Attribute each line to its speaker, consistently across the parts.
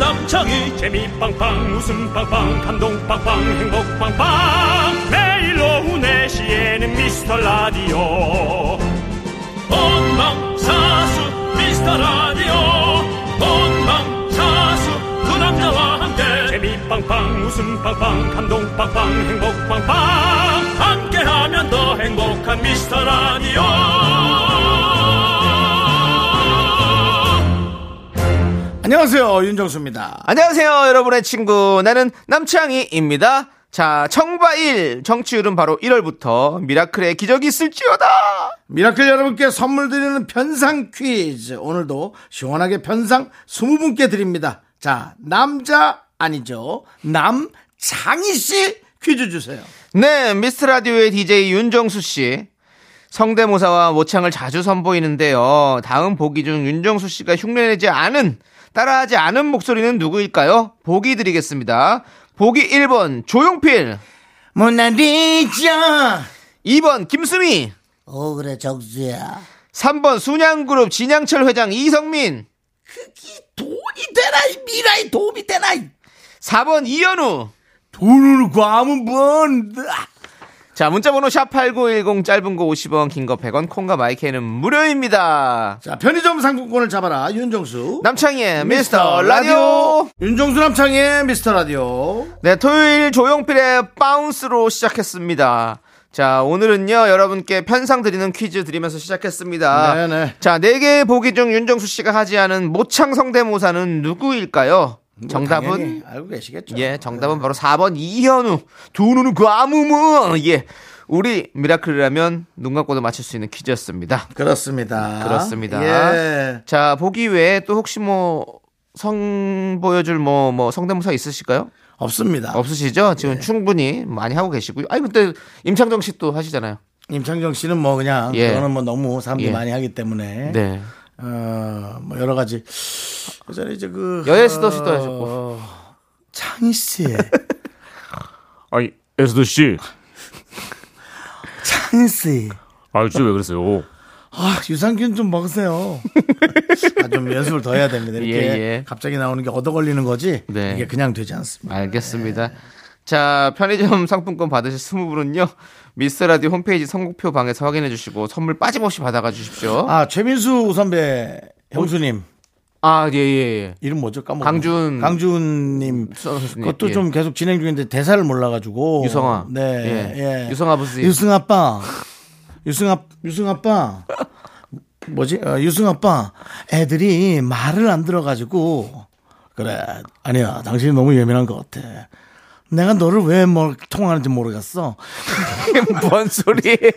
Speaker 1: 남창희
Speaker 2: 재미 빵빵 웃음 빵빵 감동 빵빵 행복 빵빵 매일 오후 4시에는 미스터 라디오
Speaker 1: 본방사수 미스터 라디오 본방사수 그 남자와 함께
Speaker 2: 재미 빵빵 웃음 빵빵 감동 빵빵 행복 빵빵
Speaker 1: 함께하면 더 행복한 미스터 라디오
Speaker 3: 안녕하세요 윤정수입니다.
Speaker 4: 안녕하세요, 여러분의 친구. 나는 남창희입니다. 자, 청바일. 정치율은 바로 1월부터 미라클의 기적이 있을지어다!
Speaker 3: 미라클 여러분께 선물 드리는 편상 퀴즈 오늘도 시원하게 편상 20분께 드립니다. 자 남자 아니죠 남장희 씨 퀴즈 주세요.
Speaker 4: 네, 미스트 라디오의 DJ 윤정수 씨. 성대모사와 모창을 자주 선보이는데요. 다음 보기 중 윤정수 씨가 흉내내지 않은, 따라하지 않은 목소리는 누구일까요? 보기 드리겠습니다. 보기 1번, 조용필.
Speaker 3: 모나리자
Speaker 4: 2번, 김수미.
Speaker 3: 어 그래 정수야
Speaker 4: 3번, 순양그룹 진양철 회장 이성민.
Speaker 3: 그게 돈이 되나 이 미라에 도움이 되나
Speaker 4: 4번, 이현우.
Speaker 3: 돈을 구하면 뭔다 아!
Speaker 4: 자, 문자번호 샵8910 짧은 거 50원, 긴 거 100원, 콩과 마이크는 무료입니다.
Speaker 3: 자 편의점 상품권을 잡아라 윤정수
Speaker 4: 남창희의 미스터 라디오.
Speaker 3: 윤정수 남창의 미스터 라디오
Speaker 4: 네, 토요일 조용필의 바운스로 시작했습니다. 자, 오늘은요, 여러분께 편상 드리는 퀴즈 드리면서 시작했습니다.
Speaker 3: 네네.
Speaker 4: 자, 네 개의 보기 중 윤정수 씨가 하지 않은 모창 성대모사는 누구일까요? 정답은
Speaker 3: 뭐, 당연히 알고 계시겠죠
Speaker 4: 예, 정답은 바로 4번 이현우. 두 눈은 과무무. 예. 우리 미라클이라면 눈 감고도 맞출 수 있는 퀴즈였습니다.
Speaker 3: 그렇습니다
Speaker 4: 그렇습니다.
Speaker 3: 아, 예.
Speaker 4: 자, 보기 외에 또 혹시 뭐, 성, 보여줄 뭐, 뭐, 성대모사 있으실까요?
Speaker 3: 없습니다
Speaker 4: 아, 없으시죠? 지금
Speaker 3: 네.
Speaker 4: 충분히 많이 하고 계시고요. 아니, 근데 임창정 씨 또 하시잖아요.
Speaker 3: 임창정 씨는 뭐 그냥
Speaker 4: 예.
Speaker 3: 그거는 뭐 너무 사람들이
Speaker 4: 예.
Speaker 3: 많이 하기 때문에
Speaker 4: 네.
Speaker 3: 어뭐 여러 가지 그전에 이제 그
Speaker 4: 여예스도 씨도
Speaker 3: 어,
Speaker 4: 하셨고.
Speaker 3: 창희 씨의
Speaker 2: 아니 에스더 씨
Speaker 3: 창희 씨
Speaker 2: 아유 진짜 왜 그러세요
Speaker 3: 아, 유산균 좀 먹으세요. 아, 좀 연습을 더 해야 됩니다. 이렇게
Speaker 4: 예, 예.
Speaker 3: 갑자기 나오는 게 얻어 걸리는 거지.
Speaker 4: 네.
Speaker 3: 이게 그냥 되지 않습니다.
Speaker 4: 알겠습니다. 자, 편의점 상품권 받으실 스무 분은요, 미스라디오 홈페이지 선곡표 방에서 확인해 주시고, 선물 빠짐없이 받아가 주십시오.
Speaker 3: 아, 최민수 선배 형수님
Speaker 4: 아, 예, 예, 예.
Speaker 3: 이름 뭐죠? 까먹었네.
Speaker 4: 강준.
Speaker 3: 강준 님.
Speaker 4: 선수님,
Speaker 3: 그것도
Speaker 4: 예.
Speaker 3: 좀 계속 진행 중인데 대사를 몰라 가지고
Speaker 4: 유성아.
Speaker 3: 네.
Speaker 4: 예.
Speaker 3: 예.
Speaker 4: 유성 아버지.
Speaker 3: 유승 아빠. 유승 아 유승 아빠. 뭐지? 어, 유승 아빠. 애들이 말을 안 들어가지고 그래. 아니야. 당신이 너무 예민한 것 같아. 내가 너를 왜 뭘 통하는지 모르겠어.
Speaker 4: 뭔 소리예요?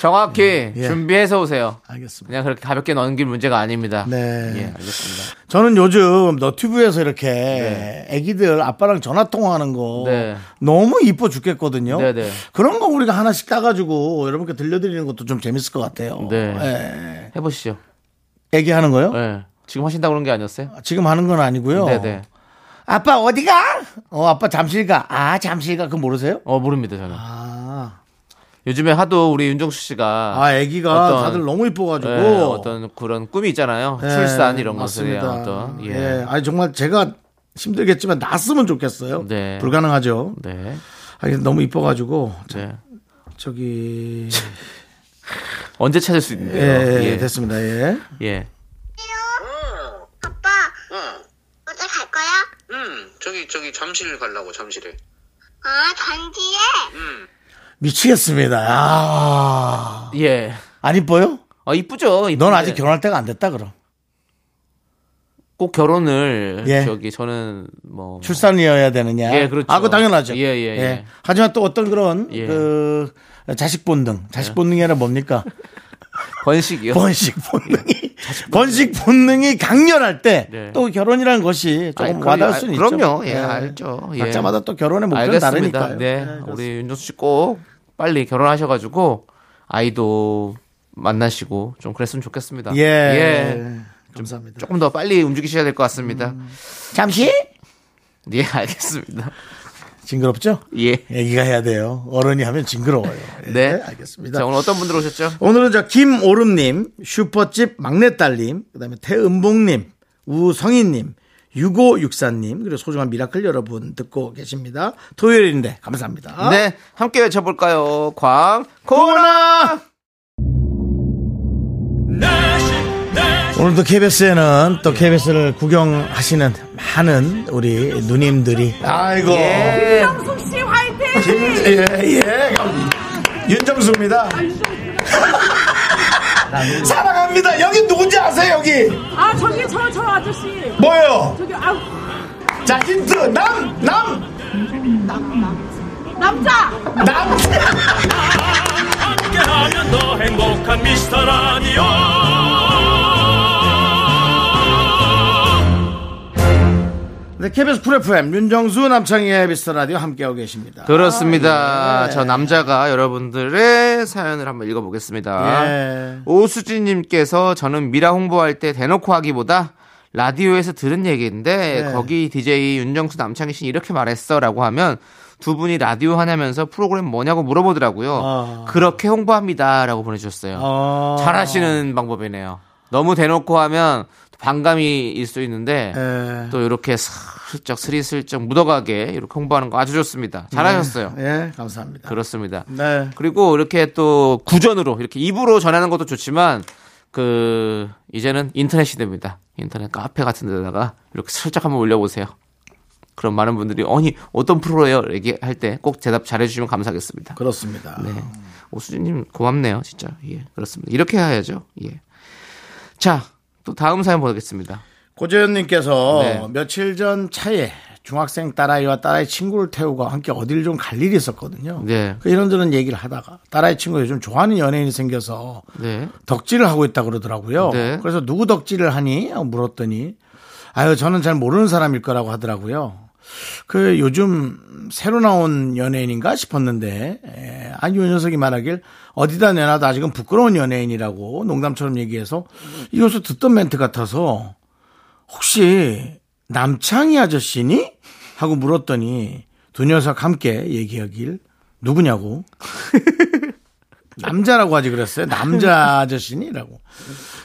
Speaker 4: 정확히
Speaker 3: 예.
Speaker 4: 준비해서 오세요.
Speaker 3: 알겠습니다.
Speaker 4: 그냥 그렇게 가볍게 넘길 문제가 아닙니다.
Speaker 3: 네.
Speaker 4: 예, 알겠습니다.
Speaker 3: 저는 요즘 너튜브에서 이렇게 애기들 아빠랑 전화 통화하는 거
Speaker 4: 네.
Speaker 3: 너무 이뻐 죽겠거든요.
Speaker 4: 네, 네.
Speaker 3: 그런 거 우리가 하나씩 따가지고 여러분께 들려드리는 것도 좀 재밌을 것 같아요.
Speaker 4: 네. 해보시죠.
Speaker 3: 예. 애기 하는 거요?
Speaker 4: 예. 지금 하신다고 그런 게 아니었어요?
Speaker 3: 지금 하는 건 아니고요.
Speaker 4: 네네.
Speaker 3: 아빠 어디가? 어 아빠 잠실 가. 아 잠실 가. 그거 모르세요?
Speaker 4: 어, 모릅니다, 저는.
Speaker 3: 아,
Speaker 4: 요즘에 하도 우리 윤종수 씨가.
Speaker 3: 아 애기가
Speaker 4: 어떤-
Speaker 3: 다들 너무 이뻐가지고
Speaker 4: 예, 어떤 그런 꿈이 있잖아요.
Speaker 3: 예,
Speaker 4: 출산 이런 것에
Speaker 3: 맞습니다.
Speaker 4: 대한 어떤. 예.
Speaker 3: 예. 아니 정말 제가 힘들겠지만 낳았으면 좋겠어요.
Speaker 4: 네.
Speaker 3: 불가능하죠.
Speaker 4: 네.
Speaker 3: 아니 너무 이뻐가지고
Speaker 4: 네.
Speaker 3: 저기
Speaker 4: 언제 찾을 수 있는데요?
Speaker 3: 예,
Speaker 4: 예.
Speaker 3: 됐습니다. 예.
Speaker 4: 예.
Speaker 5: 아빠,
Speaker 6: 응,
Speaker 5: 어디 갈 거야?
Speaker 6: 응. 저기 저기 잠실 가려고 잠실에.
Speaker 5: 아, 단지에?
Speaker 3: 미치겠습니다. 아,
Speaker 4: 예.
Speaker 3: 안 이뻐요?
Speaker 4: 아, 이쁘죠?
Speaker 3: 넌
Speaker 4: 이쁜데.
Speaker 3: 아직 결혼할 때가 안 됐다 그럼.
Speaker 4: 꼭 결혼을.
Speaker 3: 예.
Speaker 4: 저기 저는 뭐.
Speaker 3: 출산이어야 되느냐?
Speaker 4: 예, 그렇죠.
Speaker 3: 아, 그 당연하죠.
Speaker 4: 예, 예, 예.
Speaker 3: 하지만 또 어떤 그런
Speaker 4: 예.
Speaker 3: 그 자식 본능, 자식 본능이 아니라 뭡니까?
Speaker 4: 번식이요.
Speaker 3: 번식 본능이 번식 본능이 강렬할 때
Speaker 4: 네.
Speaker 3: 또 결혼이라는 것이 조금
Speaker 4: 아이, 그럼요.
Speaker 3: 와닿을
Speaker 4: 아,
Speaker 3: 수는 있죠.
Speaker 4: 그럼요. 예, 알죠. 예.
Speaker 3: 각자마다 또 결혼의 목표는 다르니까요. 예,
Speaker 4: 네.
Speaker 3: 그렇습니다.
Speaker 4: 우리 윤정수 씨 꼭 빨리 결혼하셔가지고 아이도 만나시고 좀 그랬으면 좋겠습니다.
Speaker 3: 예.
Speaker 4: 감사합니다. 조금 더 빨리 움직이셔야 될 것 같습니다.
Speaker 3: 음. 잠시
Speaker 4: 예, 알겠습니다.
Speaker 3: 징그럽죠?
Speaker 4: 예.
Speaker 3: 얘기가 해야 돼요. 어른이 하면 징그러워요. 예,
Speaker 4: 네.
Speaker 3: 알겠습니다.
Speaker 4: 자, 오늘 어떤 분들 오셨죠?
Speaker 3: 오늘은 저 김오름님, 슈퍼집 막내딸님, 그다음에 태은봉님, 우성희님, 6564님 그리고 소중한 미라클 여러분 듣고 계십니다. 토요일인데 감사합니다.
Speaker 4: 네, 함께 외쳐볼까요? 광고나!
Speaker 1: 내시 내시
Speaker 3: 오늘도 KBS에는 또 KBS를 구경하시는 많은 우리 누님들이 아이고
Speaker 4: 예.
Speaker 3: 예, 예. 윤정수입니다.
Speaker 4: 아, 네.
Speaker 3: 사랑합니다. 여기 누군지 아세요, 여기?
Speaker 7: 아 저기 저 저 아저씨
Speaker 3: 뭐예요?
Speaker 7: 저기 아
Speaker 3: 자, 힌트. 남! 남!
Speaker 7: 남자
Speaker 3: 남!
Speaker 1: 함께하면 더 행복한 미스터 라디오
Speaker 3: 네, KBS 쿨 FM, 윤정수, 남창희의 미스터 라디오 함께하고 계십니다.
Speaker 4: 그 그렇습니다.
Speaker 3: 예.
Speaker 4: 저 남자가 여러분들의 사연을 한번 읽어보겠습니다.
Speaker 3: 예.
Speaker 4: 오수진님께서 저는 미라 홍보할 때 대놓고 하기보다 라디오에서 들은 얘기인데
Speaker 3: 네.
Speaker 4: 거기 DJ 윤정수 남창희 씨는 이렇게 말했어라고 하면 두 분이 라디오 하냐면서 프로그램 뭐냐고 물어보더라고요.
Speaker 3: 아.
Speaker 4: 그렇게 홍보합니다라고 보내주셨어요.
Speaker 3: 어.
Speaker 4: 잘하시는 방법이네요. 너무 대놓고 하면 반감이 일 수 있는데
Speaker 3: 예.
Speaker 4: 또 이렇게 슬쩍 스리슬쩍 묻어가게 이렇게 홍보하는 거 아주 좋습니다. 잘하셨어요.
Speaker 3: 예, 감사합니다.
Speaker 4: 그렇습니다.
Speaker 3: 네.
Speaker 4: 그리고 이렇게 또 구전으로 이렇게 입으로 전하는 것도 좋지만 그 이제는 인터넷 시대입니다. 인터넷 카페 같은 데다가 이렇게 슬쩍 한번 올려보세요. 그럼 많은 분들이 아니 어떤 프로예요? 얘기할 때 꼭 대답 잘해주시면 감사하겠습니다.
Speaker 3: 그렇습니다.
Speaker 4: 네. 오수진님 고맙네요, 진짜. 예, 그렇습니다. 이렇게 해야죠. 예. 자, 또 다음 사연 보겠습니다.
Speaker 3: 고재현님께서
Speaker 4: 네.
Speaker 3: 며칠 전 차에 중학생 딸아이와 딸아이 친구를 태우고 함께 어디를 좀 갈 일이 있었거든요.
Speaker 4: 네.
Speaker 3: 그 이런저런 얘기를 하다가 딸아이 친구 요즘 좋아하는 연예인이 생겨서
Speaker 4: 네.
Speaker 3: 덕질을 하고 있다 그러더라고요.
Speaker 4: 네.
Speaker 3: 그래서 누구 덕질을 하니 물었더니 아유 저는 잘 모르는 사람일 거라고 하더라고요. 그 요즘 새로 나온 연예인인가 싶었는데 예, 아니 요 녀석이 말하길 어디다 내놔도 아직은 부끄러운 연예인이라고 농담처럼 얘기해서 이것을 듣던 멘트 같아서 혹시 남창희 아저씨니? 하고 물었더니 두 녀석 함께 얘기하길 누구냐고 남자라고 하지 그랬어요. 남자 아저씨니라고.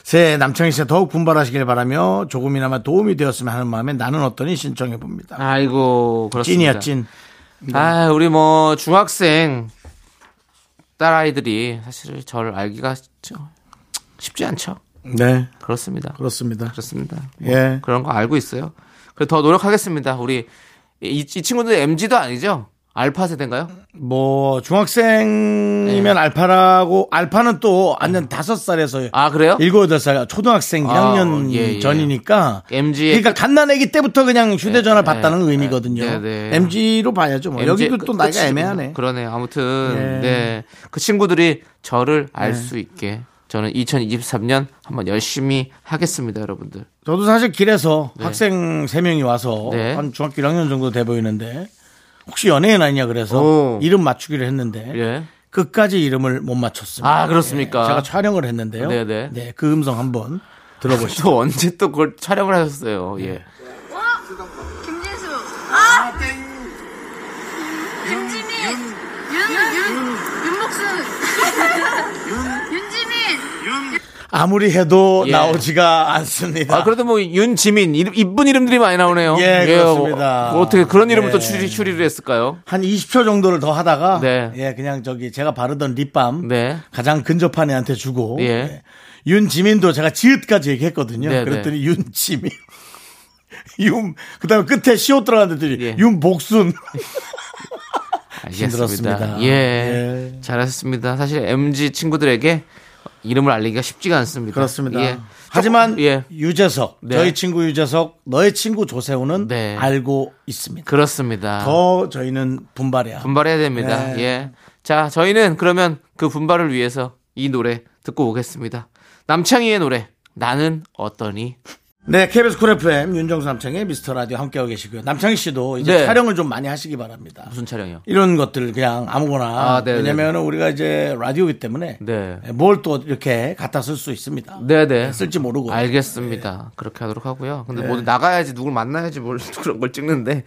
Speaker 3: 새 남창희 씨가 더욱 분발하시길 바라며 조금이나마 도움이 되었으면 하는 마음에 나는 어떠니 신청해 봅니다.
Speaker 4: 아이고,
Speaker 3: 찐이야
Speaker 4: 그렇습니다.
Speaker 3: 찐.
Speaker 4: 아, 우리 뭐 중학생 딸 아이들이 사실 저를 알기가 저- 쉽지 않죠.
Speaker 3: 네
Speaker 4: 그렇습니다.
Speaker 3: 그렇습니다.
Speaker 4: 그렇습니다.
Speaker 3: 예.
Speaker 4: 그런 거 알고 있어요. 그래서 더 노력하겠습니다. 우리 이, 이 친구들 MG도 아니죠? 알파 세대인가요?
Speaker 3: 뭐
Speaker 4: 네.
Speaker 3: 중학생이면 알파라고 알파는 또 완전 다섯 살에서
Speaker 4: 아 그래요?
Speaker 3: 일곱 여덟 살 초등학생
Speaker 4: 아,
Speaker 3: 1학년
Speaker 4: 예, 예.
Speaker 3: 전이니까
Speaker 4: MG 의-
Speaker 3: 그러니까 갓난아기 때부터 그냥 휴대전화 를
Speaker 4: 예,
Speaker 3: 봤다는
Speaker 4: 예,
Speaker 3: 의미거든요.
Speaker 4: 네, 네.
Speaker 3: MG로 봐야죠. 뭐. 여기도
Speaker 4: MG
Speaker 3: 또 나이가
Speaker 4: 어, 끝이죠.
Speaker 3: 애매하네.
Speaker 4: 그러네. 아무튼
Speaker 3: 예.
Speaker 4: 네. 그 친구들이 저를 알 수 있게 저는 2023년 한번 열심히 하겠습니다, 여러분들.
Speaker 3: 저도 사실 길에서
Speaker 4: 네.
Speaker 3: 학생 세명이 와서
Speaker 4: 네.
Speaker 3: 한 중학교 1학년 정도 돼 보이는데 혹시 연예인 아니냐 그래서
Speaker 4: 오.
Speaker 3: 이름 맞추기로 했는데
Speaker 4: 예.
Speaker 3: 끝까지 이름을 못 맞췄습니다.
Speaker 4: 아, 그렇습니까?
Speaker 3: 예, 제가 촬영을 했는데요.
Speaker 4: 네네.
Speaker 3: 네, 그 음성 한번 들어보시죠.
Speaker 4: 또 언제 또 그걸 촬영을 하셨어요. 예.
Speaker 7: 김진수 아 김지민 윤윤 윤목순 윤지민
Speaker 3: 아무리 해도
Speaker 4: 예.
Speaker 3: 나오지가 않습니다.
Speaker 4: 아, 그래도 뭐, 윤지민, 이름, 이쁜 이름들이 많이 나오네요.
Speaker 3: 예, 그렇습니다.
Speaker 4: 어, 뭐 어떻게 그런 이름을
Speaker 3: 예.
Speaker 4: 또 추리, 추리를 했을까요?
Speaker 3: 한 20초 정도를 더 하다가
Speaker 4: 네.
Speaker 3: 예, 그냥 저기 제가 바르던 립밤
Speaker 4: 네.
Speaker 3: 가장 근접한 애한테 주고
Speaker 4: 예.
Speaker 3: 예. 윤지민도 제가 지읒까지 얘기했거든요.
Speaker 4: 네,
Speaker 3: 그랬더니 윤지민 윤 그다음에 끝에 시옷 들어갔더니
Speaker 4: 예.
Speaker 3: 윤복순
Speaker 4: 알겠습니다.
Speaker 3: 힘들었습니다.
Speaker 4: 예.
Speaker 3: 예.
Speaker 4: 잘하셨습니다. 사실 MG 친구들에게 이름을 알리기가 쉽지가 않습니다.
Speaker 3: 그렇습니다.
Speaker 4: 예.
Speaker 3: 하지만
Speaker 4: 조금, 예.
Speaker 3: 유재석
Speaker 4: 네.
Speaker 3: 저희 친구 유재석 너의 친구 조세호는
Speaker 4: 네. 아.
Speaker 3: 알고 있습니다.
Speaker 4: 그렇습니다.
Speaker 3: 더 저희는 분발해야
Speaker 4: 분발해야 됩니다.
Speaker 3: 네.
Speaker 4: 예. 자, 저희는 그러면 그 분발을 위해서 이 노래 듣고 오겠습니다. 남창희의 노래, 나는 어떠니?
Speaker 3: 네, KBS 쿨 FM 윤정수 남창의 미스터 라디오 함께하고 계시고요. 남창희 씨도 이제
Speaker 4: 네.
Speaker 3: 촬영을 좀 많이 하시기 바랍니다.
Speaker 4: 무슨 촬영이요?
Speaker 3: 이런 것들 그냥 아무거나
Speaker 4: 아, 네네.
Speaker 3: 왜냐면 우리가 이제 라디오기 때문에
Speaker 4: 네.
Speaker 3: 뭘 또 이렇게 갖다 쓸 수 있습니다.
Speaker 4: 네네.
Speaker 3: 쓸지 모르고
Speaker 4: 알겠습니다. 그렇게 하도록 하고요.
Speaker 3: 네.
Speaker 4: 근데 모두 나가야지 누굴 만나야지 뭘 그런 걸 찍는데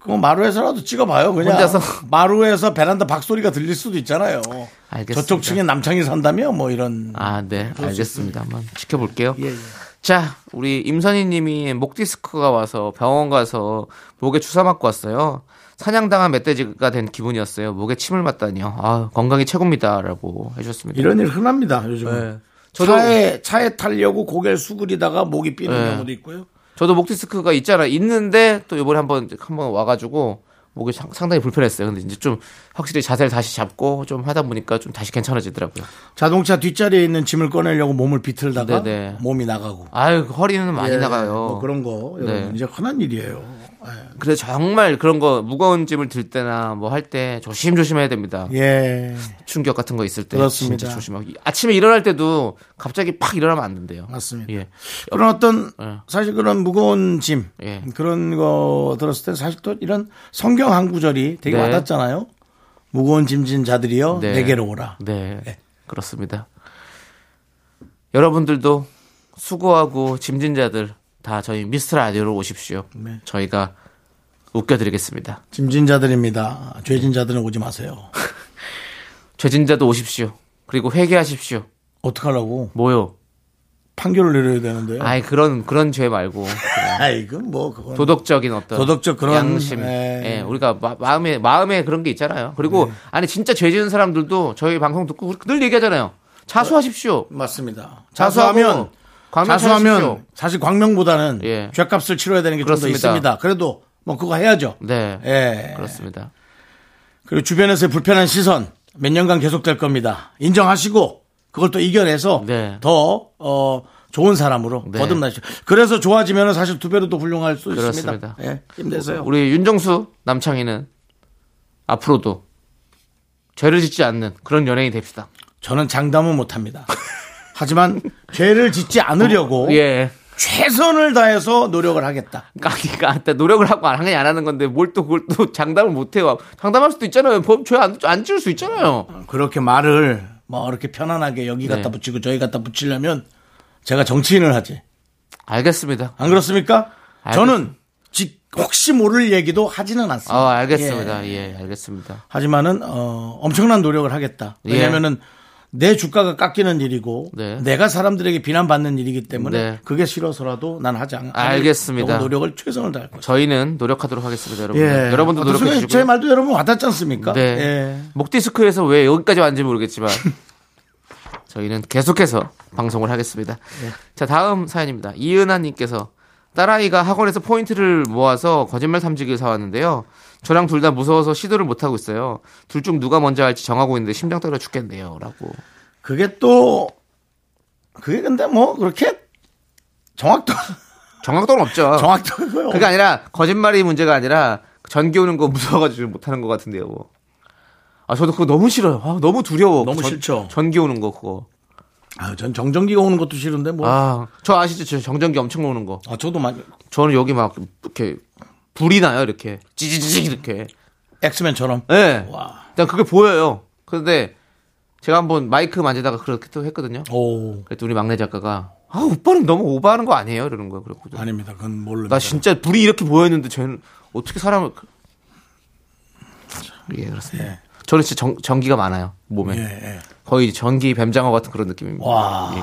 Speaker 3: 그거 뭐 마루에서라도 찍어봐요. 그냥
Speaker 4: 혼자서.
Speaker 3: 마루에서 베란다 박소리가 들릴 수도 있잖아요.
Speaker 4: 알겠습니다.
Speaker 3: 저쪽 층에 남창이 산다며 뭐 이런
Speaker 4: 아, 네. 알겠습니다. 한번 지켜볼게요.
Speaker 3: 예, 예.
Speaker 4: 자, 우리 임선희 님이 목 디스크가 와서 병원 가서 목에 주사 맞고 왔어요. 사냥당한 멧돼지가 된 기분이었어요. 목에 침을 맞다니요. 아, 건강이 최고입니다라고 해 주셨습니다.
Speaker 3: 이런 일 흔합니다 요즘은.
Speaker 4: 네. 저도
Speaker 3: 차에 차에 타려고 고개를 수그리다가 목이 삐는
Speaker 4: 네.
Speaker 3: 경우도 있고요.
Speaker 4: 저도 목 디스크가 있잖아. 있는데 또 요번에 한번 한번 와 가지고 목이 상- 상당히 불편했어요. 근데 이제 좀 확실히 자세를 다시 잡고 좀 하다 보니까 좀 다시 괜찮아지더라고요.
Speaker 3: 자동차 뒷자리에 있는 짐을 꺼내려고 몸을 비틀다가
Speaker 4: 네네.
Speaker 3: 몸이 나가고
Speaker 4: 아유, 그 허리는 많이
Speaker 3: 예,
Speaker 4: 나가요.
Speaker 3: 뭐 그런 거 여러분
Speaker 4: 네.
Speaker 3: 이제 흔한 일이에요.
Speaker 4: 그래서 정말 그런 거 무거운 짐을 들 때나 뭐 할 때 조심조심해야 됩니다.
Speaker 3: 예
Speaker 4: 충격 같은 거 있을 때
Speaker 3: 그렇습니다.
Speaker 4: 진짜 조심하고 아침에 일어날 때도 갑자기 팍 일어나면 안 된대요.
Speaker 3: 맞습니다.
Speaker 4: 예.
Speaker 3: 그런 어떤
Speaker 4: 예.
Speaker 3: 사실 그런 무거운 짐
Speaker 4: 예.
Speaker 3: 그런 거 들었을 때 사실 또 이런 성경 한 구절이 되게
Speaker 4: 네.
Speaker 3: 와닿잖아요. 무거운 짐진 자들이여
Speaker 4: 네.
Speaker 3: 내게로 오라.
Speaker 4: 네. 그렇습니다. 여러분들도 수고하고 짐진자들 다 저희 미스터 라디오로 오십시오.
Speaker 3: 네.
Speaker 4: 저희가 웃겨 드리겠습니다.
Speaker 3: 짐진 자들입니다. 죄진 자들은 오지 마세요.
Speaker 4: 죄진자도 오십시오. 그리고 회개하십시오.
Speaker 3: 어떡하려고
Speaker 4: 뭐요?
Speaker 3: 판결을 내려야 되는데요.
Speaker 4: 아이 그런 그런 죄 말고 그냥
Speaker 3: 아 이건 뭐 그건
Speaker 4: 도덕적인 어떤
Speaker 3: 도덕적 그런,
Speaker 4: 양심.
Speaker 3: 예. 네.
Speaker 4: 예, 우리가 마, 음에 마음에 그런 게 있잖아요. 그리고 아니 진짜 죄 지은 사람들도 저희 방송 듣고 늘 얘기하잖아요. 자수하십시오.
Speaker 3: 맞습니다.
Speaker 4: 자수하고
Speaker 3: 자수하면
Speaker 4: 광명
Speaker 3: 자수하면
Speaker 4: 찾으십시오.
Speaker 3: 사실 광명보다는
Speaker 4: 예.
Speaker 3: 죄값을 치러야 되는 게 좀 더
Speaker 4: 그렇습니다.
Speaker 3: 있습니다. 그래도 뭐 그거 해야죠.
Speaker 4: 네.
Speaker 3: 예.
Speaker 4: 그렇습니다.
Speaker 3: 그리고 주변에서의 불편한 시선 몇 년간 계속될 겁니다. 인정하시고 그걸 또 이겨내서
Speaker 4: 네.
Speaker 3: 더 어, 좋은 사람으로
Speaker 4: 네.
Speaker 3: 거듭나시죠. 그래서 좋아지면 사실 두 배로 더 훌륭할 수 있습니다.
Speaker 4: 그렇습니다.
Speaker 3: 예. 힘내세요.
Speaker 4: 우리 윤정수 남창희는 앞으로도 죄를 짓지 않는 그런 연예인이 됩시다.
Speaker 3: 저는 장담은 못합니다. 하지만 죄를 짓지 않으려고
Speaker 4: 예.
Speaker 3: 최선을 다해서 노력을 하겠다.
Speaker 4: 까기가 한때 노력을 하고 안 하냐 안 하는 건데 뭘 또 그걸 또 장담을 못 해요. 장담할 수도 있잖아요. 범죄안 안 지을 수 있잖아요.
Speaker 3: 그렇게 말을 뭐 이렇게 편안하게 여기 갖다
Speaker 4: 네.
Speaker 3: 붙이고 저기 갖다 붙이려면 제가 정치인을 하지.
Speaker 4: 알겠습니다.
Speaker 3: 안 그렇습니까?
Speaker 4: 알겠-
Speaker 3: 저는 지- 혹시 모를 얘기도 하지는 않습니다.
Speaker 4: 아, 알겠습니다.
Speaker 3: 예.
Speaker 4: 예, 알겠습니다.
Speaker 3: 하지만은 어, 엄청난 노력을 하겠다.
Speaker 4: 예.
Speaker 3: 왜냐면은 내 주가가 깎이는 일이고
Speaker 4: 네.
Speaker 3: 내가 사람들에게 비난받는 일이기 때문에
Speaker 4: 네.
Speaker 3: 그게 싫어서라도 난 하지 않.
Speaker 4: 알겠습니다.
Speaker 3: 노력을 최선을 다할 거죠.
Speaker 4: 저희는 노력하도록 하겠습니다, 여러분.
Speaker 3: 예.
Speaker 4: 여러분도 노력해
Speaker 3: 어떻습니까? 제
Speaker 4: 주시고요.
Speaker 3: 말도 여러분 와닿지 않습니까?
Speaker 4: 네.
Speaker 3: 예.
Speaker 4: 목 디스크에서 왜 여기까지 왔는지 모르겠지만 저희는 계속해서 방송을 하겠습니다.
Speaker 3: 예.
Speaker 4: 자, 다음 사연입니다. 이은하 님께서 딸아이가 학원에서 포인트를 모아서 거짓말 탐지기를 사왔는데요. 저랑 둘 다 무서워서 시도를 못하고 있어요. 둘 중 누가 먼저 할지 정하고 있는데 심장 떨려 죽겠네요. 라고.
Speaker 3: 그게 또 그게 근데 뭐 그렇게 정확도
Speaker 4: 정확도는 없죠.
Speaker 3: 정확도고요.
Speaker 4: 어. 그게 아니라 거짓말이 문제가 아니라 전기 오는 거 무서워가지고 못하는 것 같은데요. 뭐. 아 저도 그거 너무 싫어요. 아, 너무 두려워.
Speaker 3: 너무
Speaker 4: 전-
Speaker 3: 싫죠.
Speaker 4: 전기 오는 거 그거.
Speaker 3: 아, 전 정전기가 오는 것도 싫은데 뭐. 아,
Speaker 4: 아 저 아시죠? 저 정전기 엄청 오는 거.
Speaker 3: 저도 많이
Speaker 4: 저는 여기 막 이렇게 불이 나요. 이렇게 찌지지직 이렇게.
Speaker 3: 엑스맨처럼.
Speaker 4: 예.
Speaker 3: 와.
Speaker 4: 일단 그게 보여요. 근데 제가 한번 마이크 만지다가 그렇게 또 했거든요.
Speaker 3: 오.
Speaker 4: 그랬더니 우리 막내 작가가 아 오빠는 너무 오버하는 거 아니에요? 이러는 거예요. 그래고
Speaker 3: 아닙니다. 그건 모릅니다.
Speaker 4: 나 진짜 불이 이렇게 보였는데 쟤는 어떻게 사람을 그- 예 그렇습니다.
Speaker 3: 예.
Speaker 4: 저는 진짜 전, 전기가 많아요 몸에
Speaker 3: 예, 예.
Speaker 4: 거의 전기 뱀장어 같은 그런 느낌입니다.
Speaker 3: 와.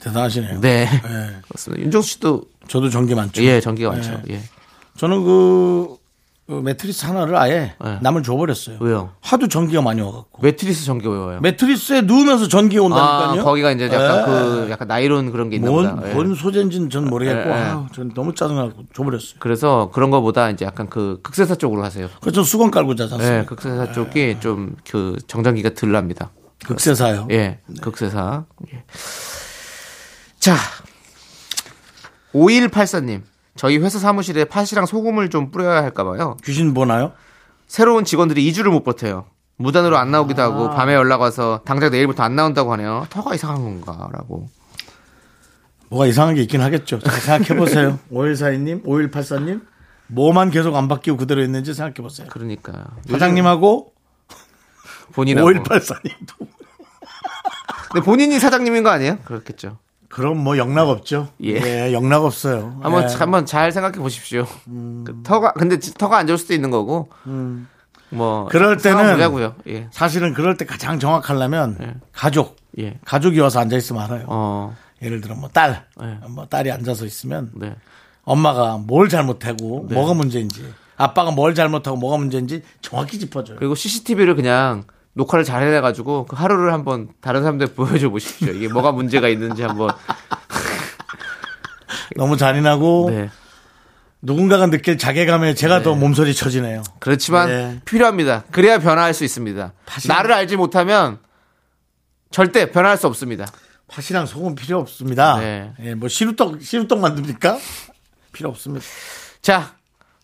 Speaker 3: 대단하시네요.
Speaker 4: 예. 네
Speaker 3: 예.
Speaker 4: 그렇습니다. 윤정수 씨도
Speaker 3: 저도 전기 많죠.
Speaker 4: 예 전기가 많죠. 예
Speaker 3: 저는 그, 그 매트리스 하나를 아예
Speaker 4: 예.
Speaker 3: 남을 줘버렸어요.
Speaker 4: 왜요?
Speaker 3: 하도 전기가 많이 와갖고.
Speaker 4: 매트리스 전기 외워요.
Speaker 3: 매트리스에 누우면서 전기
Speaker 4: 아
Speaker 3: 온다니까요.
Speaker 4: 거기가 이제 약간
Speaker 3: 예.
Speaker 4: 그 약간 나이론 그런 게 있나
Speaker 3: 뭔,
Speaker 4: 보다. 예.
Speaker 3: 뭔 소재인지는 전 모르겠고,
Speaker 4: 예, 예.
Speaker 3: 아유, 전 너무 짜증나고 줘버렸어요.
Speaker 4: 그래서 그런 거보다 이제 약간 그 극세사 쪽으로 하세요.
Speaker 3: 그래서 수건 깔고 자지
Speaker 4: 예
Speaker 3: 않습니까?
Speaker 4: 극세사 쪽이 좀 그 정전기가 덜 납니다.
Speaker 3: 극세사요.
Speaker 4: 예, 극세사. 예. 자, 5184님. 저희 회사 사무실에 팥이랑 소금을 좀 뿌려야 할까봐요.
Speaker 3: 귀신 보나요?
Speaker 4: 새로운 직원들이 2주를 못 버텨요. 무단으로 안 나오기도 하고, 밤에 연락 와서 당장 내일부터 안 나온다고 하네요. 터가 이상한 건가, 라고.
Speaker 3: 뭐가 이상한 게 있긴 하겠죠. 잘 생각해보세요. 5142님, 5184님, 뭐만 계속 안 바뀌고 그대로 있는지 생각해보세요.
Speaker 4: 그러니까.
Speaker 3: 사장님하고
Speaker 4: 본인하고.
Speaker 3: 5184님도.
Speaker 4: 근데 본인이 사장님인 거 아니에요? 그렇겠죠.
Speaker 3: 그럼 뭐 영락 없죠.
Speaker 4: 예.
Speaker 3: 예, 영락 없어요.
Speaker 4: 한번,
Speaker 3: 예.
Speaker 4: 한번 잘 생각해 보십시오.
Speaker 3: 음.
Speaker 4: 그 터가, 근데 지- 터가 안 좋을 수도 있는 거고. 뭐.
Speaker 3: 그럴 때는-
Speaker 4: 상황 보자고요. 예.
Speaker 3: 사실은 그럴 때 가장 정확하려면
Speaker 4: 예.
Speaker 3: 가족,
Speaker 4: 예.
Speaker 3: 가족이 와서 앉아있으면 알아요.
Speaker 4: 어.
Speaker 3: 예를 들어 뭐 딸,
Speaker 8: 네.
Speaker 3: 뭐 딸이 앉아서 있으면
Speaker 8: 네.
Speaker 3: 엄마가 뭘
Speaker 4: 네.
Speaker 3: 잘못하고 뭐가 문제인지 아빠가 뭘 잘못하고 뭐가 문제인지 정확히 짚어줘요.
Speaker 8: 그리고 CCTV를 그냥 녹화를 잘 해놔가지고 그 하루를 한번 다른 사람들 보여줘 보십시오. 이게 뭐가 문제가 있는지 한번.
Speaker 3: 너무 잔인하고
Speaker 8: 네.
Speaker 3: 누군가가 느낄 자괴감에
Speaker 4: 네.
Speaker 3: 제가 더 몸소리 쳐지네요.
Speaker 8: 그렇지만
Speaker 3: 네.
Speaker 8: 필요합니다. 그래야 변화할 수 있습니다. 나를 알지 못하면 절대 변화할 수 없습니다.
Speaker 3: 팥이랑 소금 필요 없습니다.
Speaker 8: 네.
Speaker 3: 예, 뭐 시루떡 시루떡 만듭니까? 필요 없습니다.
Speaker 8: 자,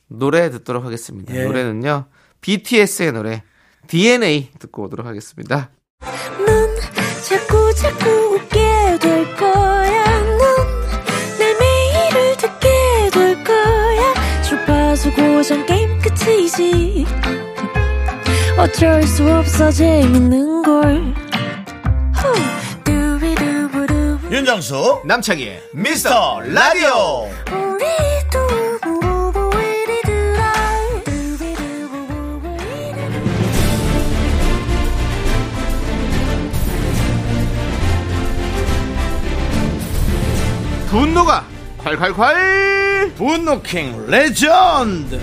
Speaker 8: 노래 듣도록 하겠습니다.
Speaker 3: 예.
Speaker 8: 노래는요. BTS의 노래 DNA 듣고 오도록 하겠습니다.
Speaker 9: 넌 자꾸 자꾸 웃게 될 거야. 넌내 매일을 듣게 될 거야. 주파수 고정 게임 끝이지. 어쩔 수 없어 재밌는 걸. 후. 두비두부두.
Speaker 3: 윤정수
Speaker 4: 남창희의 미스터 라디오
Speaker 9: 우리 두부부부 우리 두라. 두비두부부부 우리 두라.
Speaker 4: 분노가 콸콸콸
Speaker 3: 분노킹 레전드.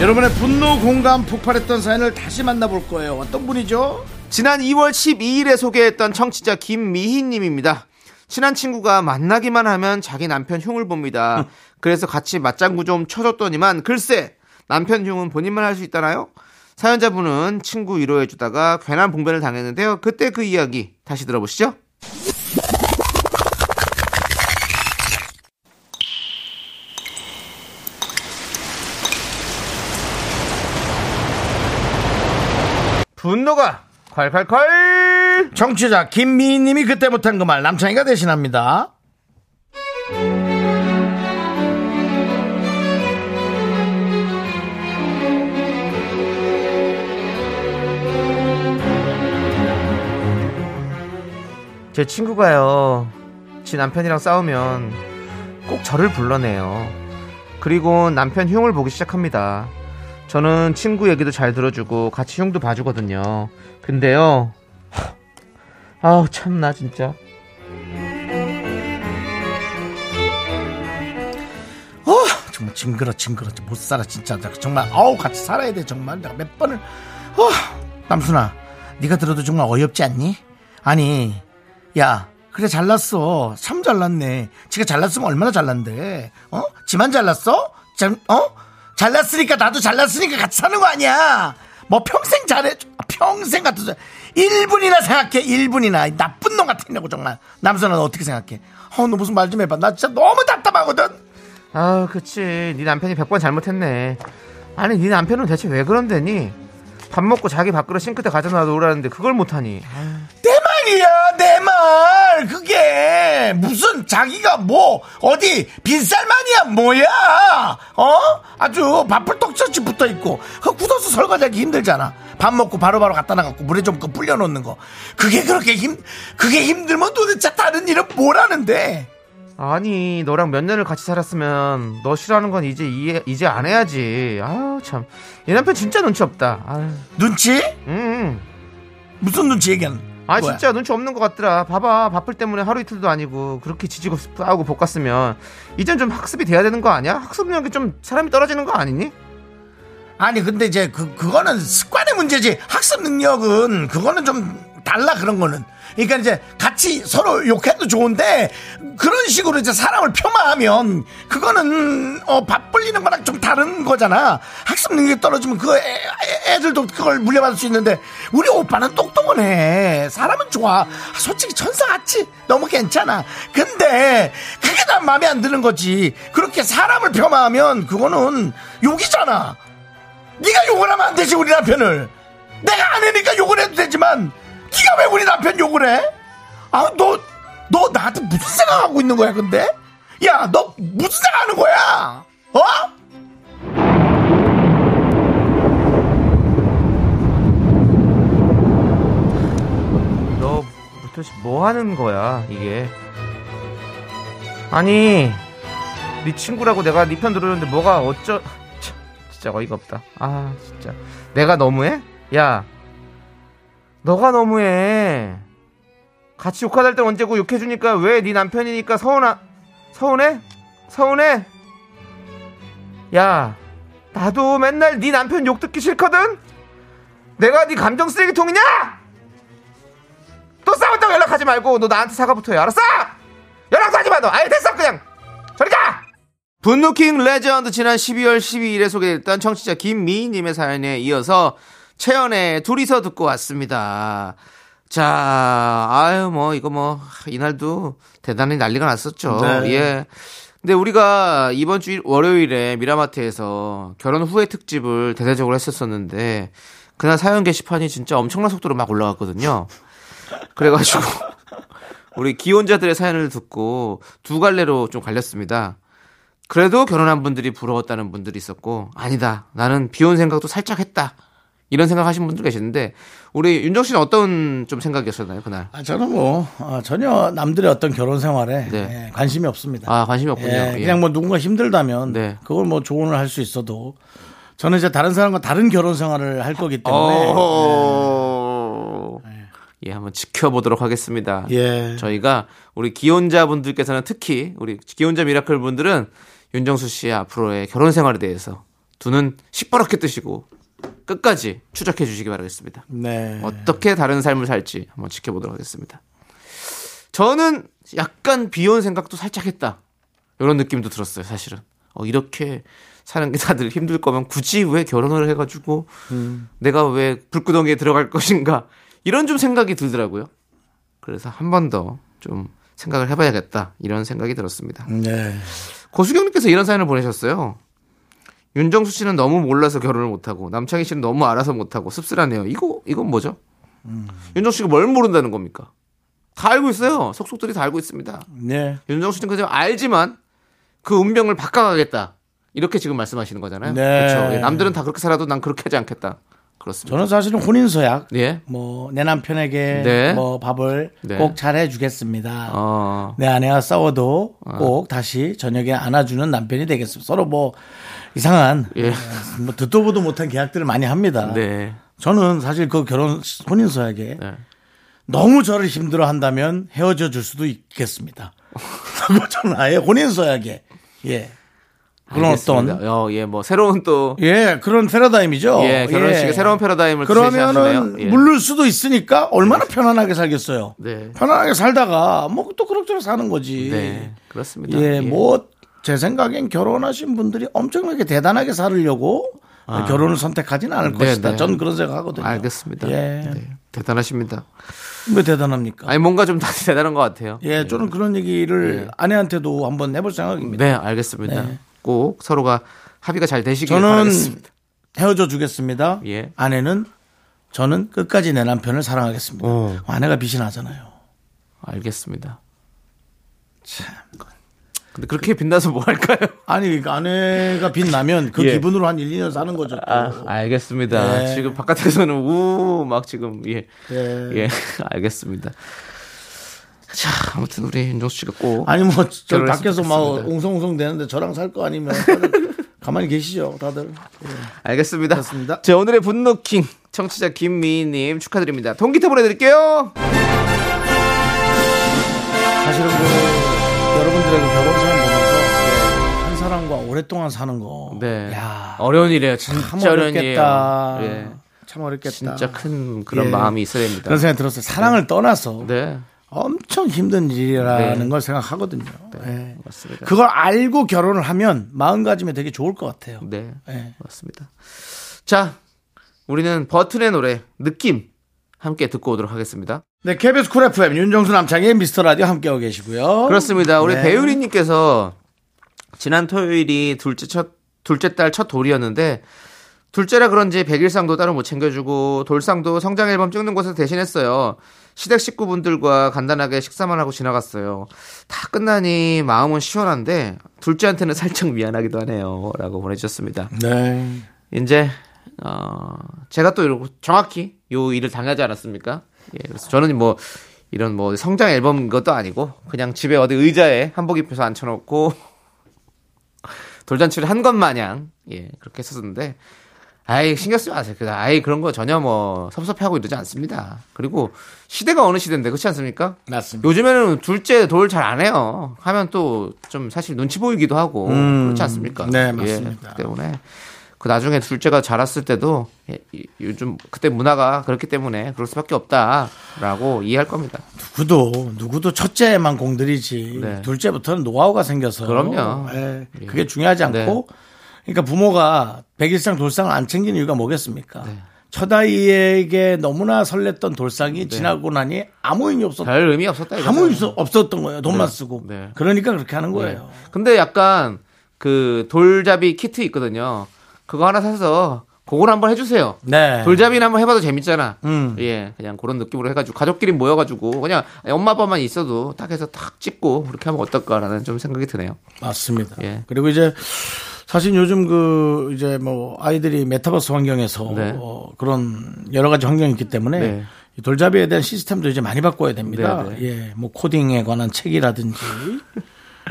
Speaker 3: 여러분의 분노 공감 폭발했던 사연을 다시 만나볼 거예요. 어떤 분이죠?
Speaker 4: 지난 2월 12일에 소개했던 청취자 김미희님입니다. 친한 친구가 만나기만 하면 자기 남편 흉을 봅니다. 그래서 같이 맞장구 좀 쳐줬더니만 글쎄 남편 흉은 본인만 할 수 있다나요? 사연자분은 친구 위로해주다가 괜한 봉변을 당했는데요. 그때 그 이야기 다시 들어보시죠. 분노가 콸콸콸
Speaker 3: 정취자 김미희님이 그때 못한 그 말 남창희가 대신합니다.
Speaker 4: 제 친구가요, 지 남편이랑 싸우면 꼭 저를 불러내요. 그리고 남편 흉을 보기 시작합니다. 저는 친구 얘기도 잘 들어주고 같이 흉도 봐주거든요. 근데요, 아우, 참나, 진짜.
Speaker 3: 어, 정말 징그러 징그러 못 살아 진짜 나 정말 어우 같이 살아야 돼 정말 내가 몇 번을 어, 남순아 네가 들어도 정말 어이없지 않니? 아니 야 그래 잘났어 참 잘났네 지가 잘났으면 얼마나 잘난데 어? 지만 잘났어? 잘, 어? 잘났으니까 나도 잘났으니까 같이 사는 거 아니야 뭐 평생 잘해 아, 평생 같은 소 1분이나 생각해 1분이나 나쁜 놈 같은 놈고 정말 남순아 너 어떻게 생각해? 어너 무슨 말 좀 해봐 나 진짜 너무 답답하거든
Speaker 4: 아, 그치. 네 남편이 100번 잘못했네. 아니, 네 남편은 대체 왜 그런데니? 밥 먹고 자기 밥그릇 싱크대 가져놔 놓으라는데 그걸 못하니.
Speaker 3: 내 말이야 내 말 그게 무슨 자기가 뭐 어디 빈살만이야 뭐야 어 아주 밥풀 떡처치 붙어 있고 그 굳어서 설거지하기 힘들잖아 밥 먹고 바로바로 갖다 놔갖고 물에 좀 그 불려 놓는 거 그게 그렇게 힘 그게 힘들면 도대체 다른 일은 뭐라는데
Speaker 4: 아니 너랑 몇 년을 같이 살았으면 너 싫어하는 건 이제 이해 이제 안 해야지 아우 참얘 남편 진짜 눈치 없다 아유,
Speaker 3: 눈치
Speaker 4: 음.
Speaker 3: 무슨 눈치 얘기하는
Speaker 4: 아
Speaker 3: 거야?
Speaker 4: 진짜 눈치 없는 것 같더라 봐봐 바쁠 때문에 하루 이틀도 아니고 그렇게 지지고 싸우고 볶았으면 이젠 좀 학습이 돼야 되는 거 아니야 학습력이 좀 사람이 떨어지는 거 아니니
Speaker 3: 아니 근데 이제 그 그거는 습관의 문제지 학습 능력은 그거는 좀 달라 그런 거는 그러니까 이제 같이 서로 욕해도 좋은데 그런 식으로 이제 사람을 폄하하면 그거는 어, 밥 불리는 거랑 좀 다른 거잖아 학습 능력이 떨어지면 그 애, 애- 애들도 그걸 물려받을 수 있는데 우리 오빠는 똑똑하네 사람은 좋아 솔직히 천사 같지 너무 괜찮아 근데 그게 난 마음에 안 드는 거지 그렇게 사람을 폄하하면 그거는 욕이잖아 네가 욕을 하면 안 되지 우리 남편을 내가 아내니까 욕을 해도 되지만 네가 왜 우리 남편 욕을 해? 아 너 너 나한테 무슨 생각하고 있는 거야 근데? 야 너 무슨 생각하는 거야? 어?
Speaker 4: 너 도대체 뭐 하는 거야 이게 아니 네 친구라고 내가 네 편 들어줬는데 뭐가 어쩌 참, 진짜 어이가 없다 아 진짜 내가 너무해? 야 너
Speaker 8: 너가 너무해. 같이 욕하다 할때 언제고 욕해주니까 왜 네 남편이니까 서운하, 서운해? 서운해? 야, 나도 맨날 네 남편 욕 듣기 싫거든? 내가 네 감정 쓰레기통이냐? 또 싸웠다고 연락하지 말고 너 나한테 사과부터 해, 알았어? 연락도 하지 마, 너. 아예 됐어, 그냥. 저리 가!
Speaker 4: 분노킹 레전드 지난 12월 12일에 소개됐던 청취자 김미희님의 사연에 이어서 채연의 둘이서 듣고 왔습니다. 자, 아유, 뭐, 이거 뭐, 이날도 대단히 난리가 났었죠.
Speaker 3: 네.
Speaker 4: 예. 근데 우리가 이번 주 일- 월요일에 미라마트에서 결혼 후에 특집을 대대적으로 했었었는데, 그날 사연 게시판이 진짜 엄청난 속도로 막 올라갔거든요. 그래가지고, 우리 기혼자들의 사연을 듣고 두 갈래로 좀 갈렸습니다. 그래도 결혼한 분들이 부러웠다는 분들이 있었고 아니다 나는 비혼 생각도 살짝 했다 이런 생각 하신 분들 계시는데 우리 윤정 씨는 어떤 좀 생각이었었나요 그날
Speaker 3: 아, 저는 뭐 어, 전혀 남들의 어떤 결혼 생활에
Speaker 4: 네.
Speaker 3: 예, 관심이 없습니다.
Speaker 4: 아 관심이 없군요
Speaker 3: 예,
Speaker 4: 예.
Speaker 3: 그냥 뭐 누군가 힘들다면
Speaker 4: 네.
Speaker 3: 그걸 뭐 조언을 할 수 있어도 저는 이제 다른 사람과 다른 결혼 생활을 할 거기 때문에
Speaker 4: 어... 예 한번 지켜보도록 하겠습니다
Speaker 3: 예.
Speaker 4: 저희가 우리 기혼자 분들께서는 특히 우리 기혼자 미라클 분들은 윤정수 씨의 앞으로의 결혼 생활에 대해서 두 눈 시퍼렇게 뜨시고 끝까지 추적해 주시기 바라겠습니다
Speaker 3: 네.
Speaker 4: 어떻게 다른 삶을 살지 한번 지켜보도록 하겠습니다. 저는 약간 비혼 생각도 살짝 했다. 이런 느낌도 들었어요, 사실은. 어, 이렇게 사는 게 다들 힘들 거면 굳이 왜 결혼을 해가지고 내가 왜 불구덩이에 들어갈 것인가. 이런 좀 생각이 들더라고요. 그래서 한 번 더 좀 생각을 해봐야겠다. 이런 생각이 들었습니다.
Speaker 3: 네.
Speaker 4: 고수경님께서 이런 사연을 보내셨어요. 윤정수 씨는 너무 몰라서 결혼을 못하고 남창희 씨는 너무 알아서 못하고 씁쓸하네요. 이거 이건 뭐죠?
Speaker 3: 음.
Speaker 4: 윤정수 씨가 뭘 모른다는 겁니까? 다 알고 있어요. 속속들이 다 알고 있습니다.
Speaker 3: 네.
Speaker 4: 윤정수 씨는 그냥 알지만 그 운명을 바꿔가겠다. 이렇게 지금 말씀하시는 거잖아요.
Speaker 3: 네.
Speaker 4: 그렇죠. 예, 남들은 다 그렇게 살아도 난 그렇게 하지 않겠다. 그렇습니다.
Speaker 3: 저는 사실은 혼인서약
Speaker 4: 예.
Speaker 3: 뭐 내 남편에게
Speaker 4: 네.
Speaker 3: 뭐 밥을
Speaker 4: 네.
Speaker 3: 꼭 잘해 주겠습니다.
Speaker 4: 어.
Speaker 3: 내 아내와 싸워도 꼭 다시 저녁에 안아주는 남편이 되겠습니다. 서로 뭐 이상한
Speaker 4: 예.
Speaker 3: 뭐 듣도 보도 못한 계약들을 많이 합니다.
Speaker 4: 네.
Speaker 3: 저는 사실 그 결혼 혼인서약에
Speaker 4: 네.
Speaker 3: 너무 저를 힘들어 한다면 헤어져 줄 수도 있겠습니다. 그리고 저는 아예 혼인서약에 예 그런 어떤
Speaker 4: 알겠습니다. 어, 예, 뭐 새로운 또
Speaker 3: 예 그런 패러다임이죠.
Speaker 4: 예, 결혼식의 새로운 패러다임을
Speaker 3: 그러면은
Speaker 4: 제시하시네요. 예.
Speaker 3: 물릴 수도 있으니까 얼마나 편안하게 살겠어요.
Speaker 4: 네.
Speaker 3: 편안하게 살다가 뭐 또 그럭저럭 사는 거지.
Speaker 4: 네. 그렇습니다.
Speaker 3: 예, 뭐 제 생각엔 결혼하신 분들이 엄청나게 대단하게 살으려고 결혼을 선택하진 않을
Speaker 4: 아. 네,
Speaker 3: 것이다.
Speaker 4: 네.
Speaker 3: 전 그런 생각하거든요.
Speaker 4: 알겠습니다.
Speaker 3: 예.
Speaker 4: 네, 대단하십니다.
Speaker 3: 왜 대단합니까?
Speaker 4: 아니 뭔가 좀 다시 대단한 것 같아요.
Speaker 3: 예, 저는 그런 얘기를 아내한테도 한번 해볼 생각입니다.
Speaker 4: 네, 알겠습니다. 꼭 서로가 합의가 잘 되시길
Speaker 3: 저는
Speaker 4: 바라겠습니다.
Speaker 3: 헤어져 주겠습니다.
Speaker 4: 예.
Speaker 3: 아내는 저는 끝까지 내 남편을 사랑하겠습니다.
Speaker 4: 어.
Speaker 3: 아내가 빛이 나잖아요.
Speaker 4: 알겠습니다. 참. 근데 그렇게 빛나서 뭐 할까요?
Speaker 3: 아니 그러니까 아내가 빛나면 그
Speaker 4: 예. 아,
Speaker 3: 기분으로 한 1, 2년 사는 거죠. 또.
Speaker 4: 알겠습니다.
Speaker 3: 네.
Speaker 4: 지금 바깥에서는 우 막 지금 예.
Speaker 3: 예.
Speaker 4: 예. 알겠습니다. 자, 아무튼 우리 윤정수 씨가 꼭
Speaker 3: 아니 뭐저
Speaker 4: 결혼했으면
Speaker 3: 밖에서 막
Speaker 4: 좋겠습니다.
Speaker 3: 웅성웅성 되는데 저랑 살 거 아니면 다들 가만히 계시죠 다들. 예,
Speaker 4: 알겠습니다.
Speaker 3: 그렇습니다.
Speaker 4: 자, 오늘의 분노킹 청취자 김미희님 축하드립니다. 통기타 보내드릴게요.
Speaker 3: 사실은 그 여러분들의 그 결혼 생활 보면서 한 사람과 오랫동안 사는 거.
Speaker 4: 네.
Speaker 3: 야,
Speaker 4: 어려운 일이에요.
Speaker 3: 참
Speaker 4: 진짜 어려운 일이에요.
Speaker 3: 어렵겠다.
Speaker 4: 예.
Speaker 3: 참 어렵겠다.
Speaker 4: 진짜 큰 그런
Speaker 3: 예.
Speaker 4: 마음이 있어야 됩니다.
Speaker 3: 그런 생각이 들었어요. 사랑을 떠나서
Speaker 4: 네.
Speaker 3: 엄청 힘든 일이라는
Speaker 4: 네.
Speaker 3: 걸 생각하거든요. 예.
Speaker 4: 맞습니다.
Speaker 3: 그걸 알고 결혼을 하면 마음가짐이 되게 좋을 것 같아요.
Speaker 4: 네.
Speaker 3: 예.
Speaker 4: 맞습니다. 자, 우리는 버튼의 노래 느낌 함께 듣고 오도록 하겠습니다.
Speaker 3: 네, KBS 쿨 FM 윤정수 남창의 미스터 라디오 함께하고 계시고요.
Speaker 4: 그렇죠. 그렇습니다. 우리
Speaker 3: 네.
Speaker 4: 배유리님께서 지난 토요일이 둘째 첫 둘째 딸 첫 돌이었는데 둘째라 그런지 백일상도 따로 못 챙겨주고 돌상도 성장 앨범 찍는 곳에서 대신했어요. 시댁 식구분들과 간단하게 식사만 하고 지나갔어요. 다 끝나니 마음은 시원한데 둘째한테는 살짝 미안하기도 하네요.라고 보내주셨습니다.
Speaker 3: 네.
Speaker 4: 이제 어 제가 또 이러고 정확히 요 일을 당하지 않았습니까? 예, 그래서 저는 뭐 이런 뭐 성장 앨범 것도 아니고 그냥 집에 어디 의자에 한복 입혀서 앉혀놓고 돌잔치를 한 것 마냥 예 그렇게 했었는데 아이 신경 쓰지 마세요. 그, 아이 그런 거 전혀 뭐 섭섭해하고 이러지 않습니다. 그리고 시대가 어느 시대인데 그렇지 않습니까?
Speaker 3: 맞습니다.
Speaker 4: 요즘에는 둘째 돌 잘 안 해요. 하면 또 좀 사실 눈치 보이기도 하고 그렇지 않습니까?
Speaker 3: 네, 맞습니다.
Speaker 4: 예, 그렇기 때문에 그 나중에 둘째가 자랐을 때도 예, 이- 요즘 그때 문화가 그렇기 때문에 그럴 수밖에 없다라고 이해할 겁니다.
Speaker 3: 누구도 누구도 첫째만 공들이지
Speaker 4: 네.
Speaker 3: 둘째부터는 노하우가 생겨서
Speaker 4: 그럼요. 네.
Speaker 3: 예, 그게 중요하지 않고 그러니까 부모가 백일상 돌상을 안 챙기는 이유가 뭐겠습니까?
Speaker 4: 네.
Speaker 3: 첫 아이에게 너무나 설렜던 돌상이
Speaker 4: 네.
Speaker 3: 지나고 나니 아무 의미 없었
Speaker 4: 별 의미 없었다 이거.
Speaker 3: 아무 의미 없- 없었던 거예요. 돈만
Speaker 4: 네.
Speaker 3: 쓰고
Speaker 4: 네.
Speaker 3: 그러니까 그렇게 하는 거예요.
Speaker 4: 근데 약간 그 돌잡이 키트 있거든요. 그거 하나 사서 그걸 한번 해주세요.
Speaker 3: 네.
Speaker 4: 돌잡이는 한번 해봐도 재밌잖아.
Speaker 3: 음.
Speaker 4: 예, 그냥 그런 느낌으로 해가지고 가족끼리 모여가지고 그냥 엄마 아빠만 있어도 딱 해서 탁 찍고 그렇게 하면 어떨까라는 좀 생각이 드네요.
Speaker 3: 맞습니다.
Speaker 4: 예.
Speaker 3: 그리고 이제 사실 요즘 그 이제 뭐 아이들이 메타버스 환경에서
Speaker 4: 네.
Speaker 3: 어, 그런 여러 가지 환경이 있기 때문에
Speaker 4: 네.
Speaker 3: 이 돌잡이에 대한 시스템도 이제 많이 바꿔야 됩니다.
Speaker 4: 네, 네.
Speaker 3: 예, 뭐 코딩에 관한 책이라든지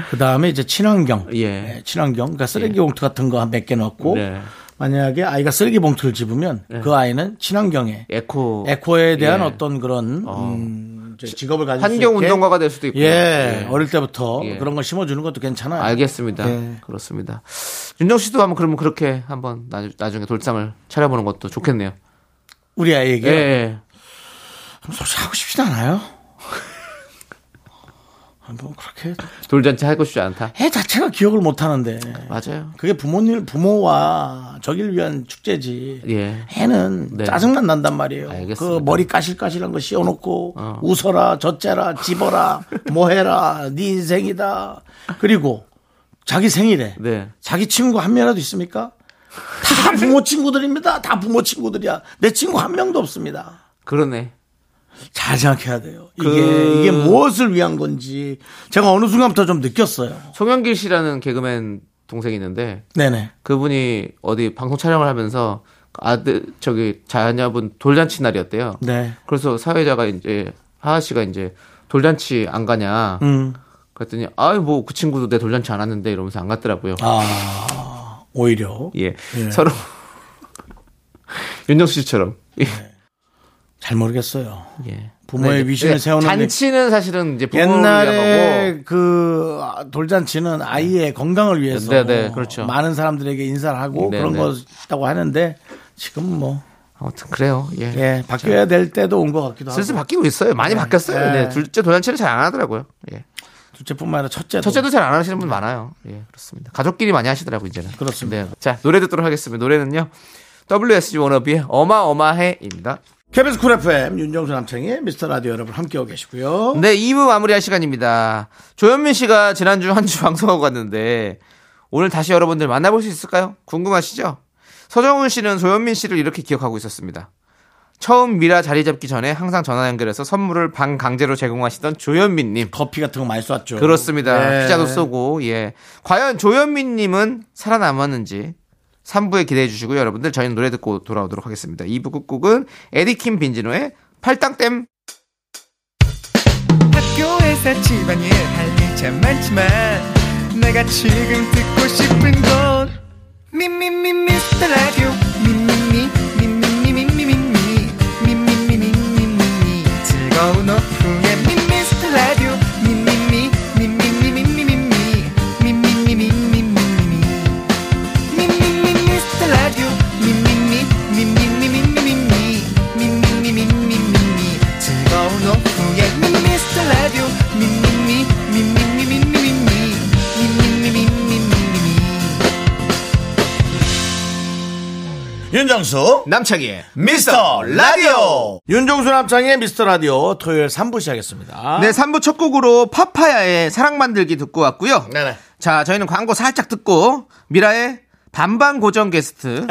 Speaker 3: 그 다음에 이제 친환경,
Speaker 4: 예.
Speaker 3: 친환경, 그러니까 쓰레기 봉투 같은 거 한 몇 개 넣고
Speaker 4: 네.
Speaker 3: 만약에 아이가 쓰레기 봉투를 집으면 그 아이는 친환경에
Speaker 4: 에코,
Speaker 3: 에코에 대한
Speaker 4: 예.
Speaker 3: 어떤 그런 음, 이제 직업을 가질 수
Speaker 4: 환경
Speaker 3: 있게
Speaker 4: 운동가가 될 수도 있고.
Speaker 3: 예, 어릴 때부터
Speaker 4: 예.
Speaker 3: 그런 걸 심어주는 것도 괜찮아요.
Speaker 4: 알겠습니다.
Speaker 3: 예.
Speaker 4: 그렇습니다. 윤정 씨도 한번 그러면 그렇게 한번 나- 나중에 돌상을 차려보는 것도 좋겠네요.
Speaker 3: 우리 아이에게
Speaker 4: 예, 예.
Speaker 3: 솔직히 하고 싶지도 않아요. 아, 뭐 그렇게
Speaker 4: 돌잔치 하고 싶지 않다.
Speaker 3: 해 자체가 기억을 못 하는데
Speaker 4: 맞아요.
Speaker 3: 그게 부모님 부모와 저길 위한 축제지.
Speaker 4: 예.
Speaker 3: 해는
Speaker 4: 네.
Speaker 3: 짜증만 난단 말이에요.
Speaker 4: 알겠습니다.
Speaker 3: 그 머리 까실까실한 거 씌워놓고 웃어라, 젖째라, 집어라, 뭐해라, 네 인생이다. 그리고 자기 생일에
Speaker 4: 네.
Speaker 3: 자기 친구 한 명이라도 있습니까? 다 부모 친구들입니다. 다 부모 친구들이야. 내 친구 한 명도 없습니다.
Speaker 4: 그러네.
Speaker 3: 잘 생각해야 돼요. 이게
Speaker 4: 그
Speaker 3: 이게 무엇을 위한 건지 제가 어느 순간부터 좀 느꼈어요.
Speaker 4: 송영길 씨라는 개그맨 동생이 있는데
Speaker 3: 네네.
Speaker 4: 그분이 어디 방송 촬영을 하면서 아들 저기 자녀분 돌잔치 날이었대요.
Speaker 3: 네.
Speaker 4: 그래서 사회자가 이제 하하 씨가 이제 돌잔치 안 가냐
Speaker 3: 음.
Speaker 4: 그랬더니 아이 뭐 그 친구도 내 돌잔치 안 왔는데 이러면서 안 갔더라고요.
Speaker 3: 아 오히려
Speaker 4: 예. 서로 윤정수 씨처럼 예.
Speaker 3: 잘 모르겠어요.
Speaker 4: 예.
Speaker 3: 네. 부모의
Speaker 4: 근데
Speaker 3: 위신을
Speaker 4: 이제
Speaker 3: 세우는
Speaker 4: 잔치는 사실은 이제 부모를 위한 거고
Speaker 3: 옛날에 그 돌잔치는 아이의 건강을 위해서
Speaker 4: 네, 네, 그렇죠.
Speaker 3: 많은 사람들에게 인사를 하고
Speaker 4: 네,
Speaker 3: 그런
Speaker 4: 네.
Speaker 3: 거다고 하는데 지금 뭐
Speaker 4: 아무튼 그래요. 예.
Speaker 3: 예, 바뀌어야 될 때도 온 것 같기도 하고
Speaker 4: 슬슬 바뀌고 있어요. 많이 바뀌었어요.
Speaker 3: 예.
Speaker 4: 네, 둘째 돌잔치는 잘 안 하더라고요. 예.
Speaker 3: 둘째뿐만 아니라 첫째도
Speaker 4: 첫째도 잘 안 하시는
Speaker 10: 음.
Speaker 4: 분 많아요. 예, 그렇습니다. 가족끼리 많이 하시더라고요, 이제는.
Speaker 3: 그렇습니다.
Speaker 4: 네. 자, 노래 듣도록 하겠습니다. 노래는요. WSG 워너비의 어마어마해입니다.
Speaker 3: KBS 쿨 FM 윤정수 남창희 미스터 라디오 여러분 함께하고 계시고요.
Speaker 4: 네, 2부 마무리할 시간입니다. 조현민 씨가 지난주 한 주 방송하고 갔는데 오늘 다시 여러분들 만나볼 수 있을까요? 궁금하시죠? 서정훈 씨는 조현민 씨를 이렇게 기억하고 있었습니다. 처음 미라 자리 잡기 전에 항상 전화 연결해서 선물을 방 강제로 제공하시던 조현민님.
Speaker 3: 커피 같은 거 많이 쐈죠.
Speaker 4: 그렇습니다.
Speaker 3: 예.
Speaker 4: 피자도 쏘고, 예. 과연 조현민님은 살아남았는지 3부에 기대해 주시고요. 여러분들, 저희는 노래 듣고 돌아오도록 하겠습니다. 2부 끝곡은 에디킴 빈지노의 팔당댐.
Speaker 11: 학교에서 집안일 할 일 참 많지만 내가 지금 듣고 싶은 건 미미미 미스터 라디오 미미미 미미미미미미 미미미미미미 즐거운 오후에 미스터 라디오 미미미 미미미미미미 미미미미미미미 미미미 미스터 라디오 미미미 미미미미미미 미미미미미미 즐거운 오후에 미스터 라디오 미미미 미미미미미미 미미미미미미미
Speaker 3: 윤정수
Speaker 4: 남창희의
Speaker 3: 미스터 라디오 윤정수 남창희 미스터 라디오 토요일 3부 시작했습니다.
Speaker 4: 네, 3부 첫 곡으로 파파야의 사랑 만들기 듣고 왔고요.
Speaker 3: 네네.
Speaker 4: 자, 저희는 광고 살짝 듣고 미라의 반반 고정 게스트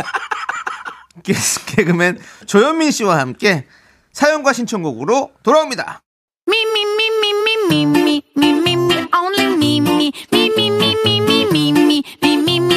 Speaker 4: 게스- 개그맨 조현민 씨와 함께 사연과 신청곡으로 돌아옵니다.
Speaker 9: Me, me, me, me, me, me, me, me, me, me, only me, me, me, me, me, me, me, me, me, me, me, me,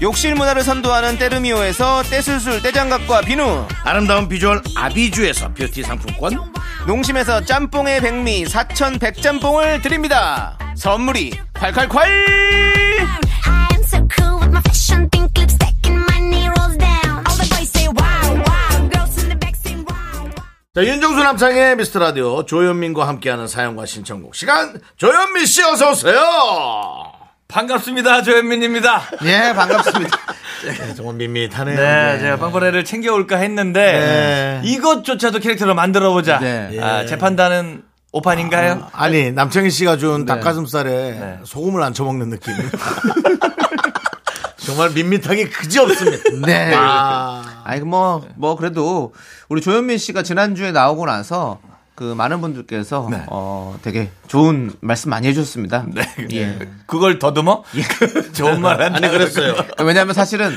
Speaker 4: 욕실 문화를 선도하는 때르미오에서 떼술술 떼장갑과 비누
Speaker 3: 아름다운 비주얼 아비주에서 뷰티 상품권.
Speaker 4: 농심에서 짬뽕의 백미 사천 백짬뽕을 드립니다 선물이 콸콸콸
Speaker 9: I am so cool with my fashion pink lipstick and my knee rolls down. All the boys say wow, wow. Girls in the back say wow, wow.
Speaker 3: 자, 윤정수 남창의 미스터 라디오 조현민과 함께하는 사연과 신청곡 시간. 조현민 씨 어서 오세요.
Speaker 10: 반갑습니다, 조현민입니다.
Speaker 4: 예, 반갑습니다.
Speaker 3: 네, 정말 밋밋하네요. 예.
Speaker 10: 네, 제가 빵빠레를 챙겨올까 했는데
Speaker 3: 네.
Speaker 10: 이것조차도 캐릭터로 만들어보자.
Speaker 4: 네.
Speaker 10: 아, 제 판단은 오판인가요?
Speaker 3: 예.
Speaker 10: 네.
Speaker 3: 아니 남창희 씨가 준 닭가슴살에 소금을 안 쳐먹는 느낌. 정말 밋밋하기 그지 없습니다.
Speaker 4: 네.
Speaker 3: 아.
Speaker 4: 아니 뭐뭐 그래도 우리 조현민 씨가 지난주에 나오고 나서 그 많은 분들께서 어 되게 좋은 말씀 많이 해주셨습니다. 예.
Speaker 10: 그걸 더듬어? 좋은 말 한다.
Speaker 3: 아니 그랬어요.
Speaker 4: 왜냐하면 사실은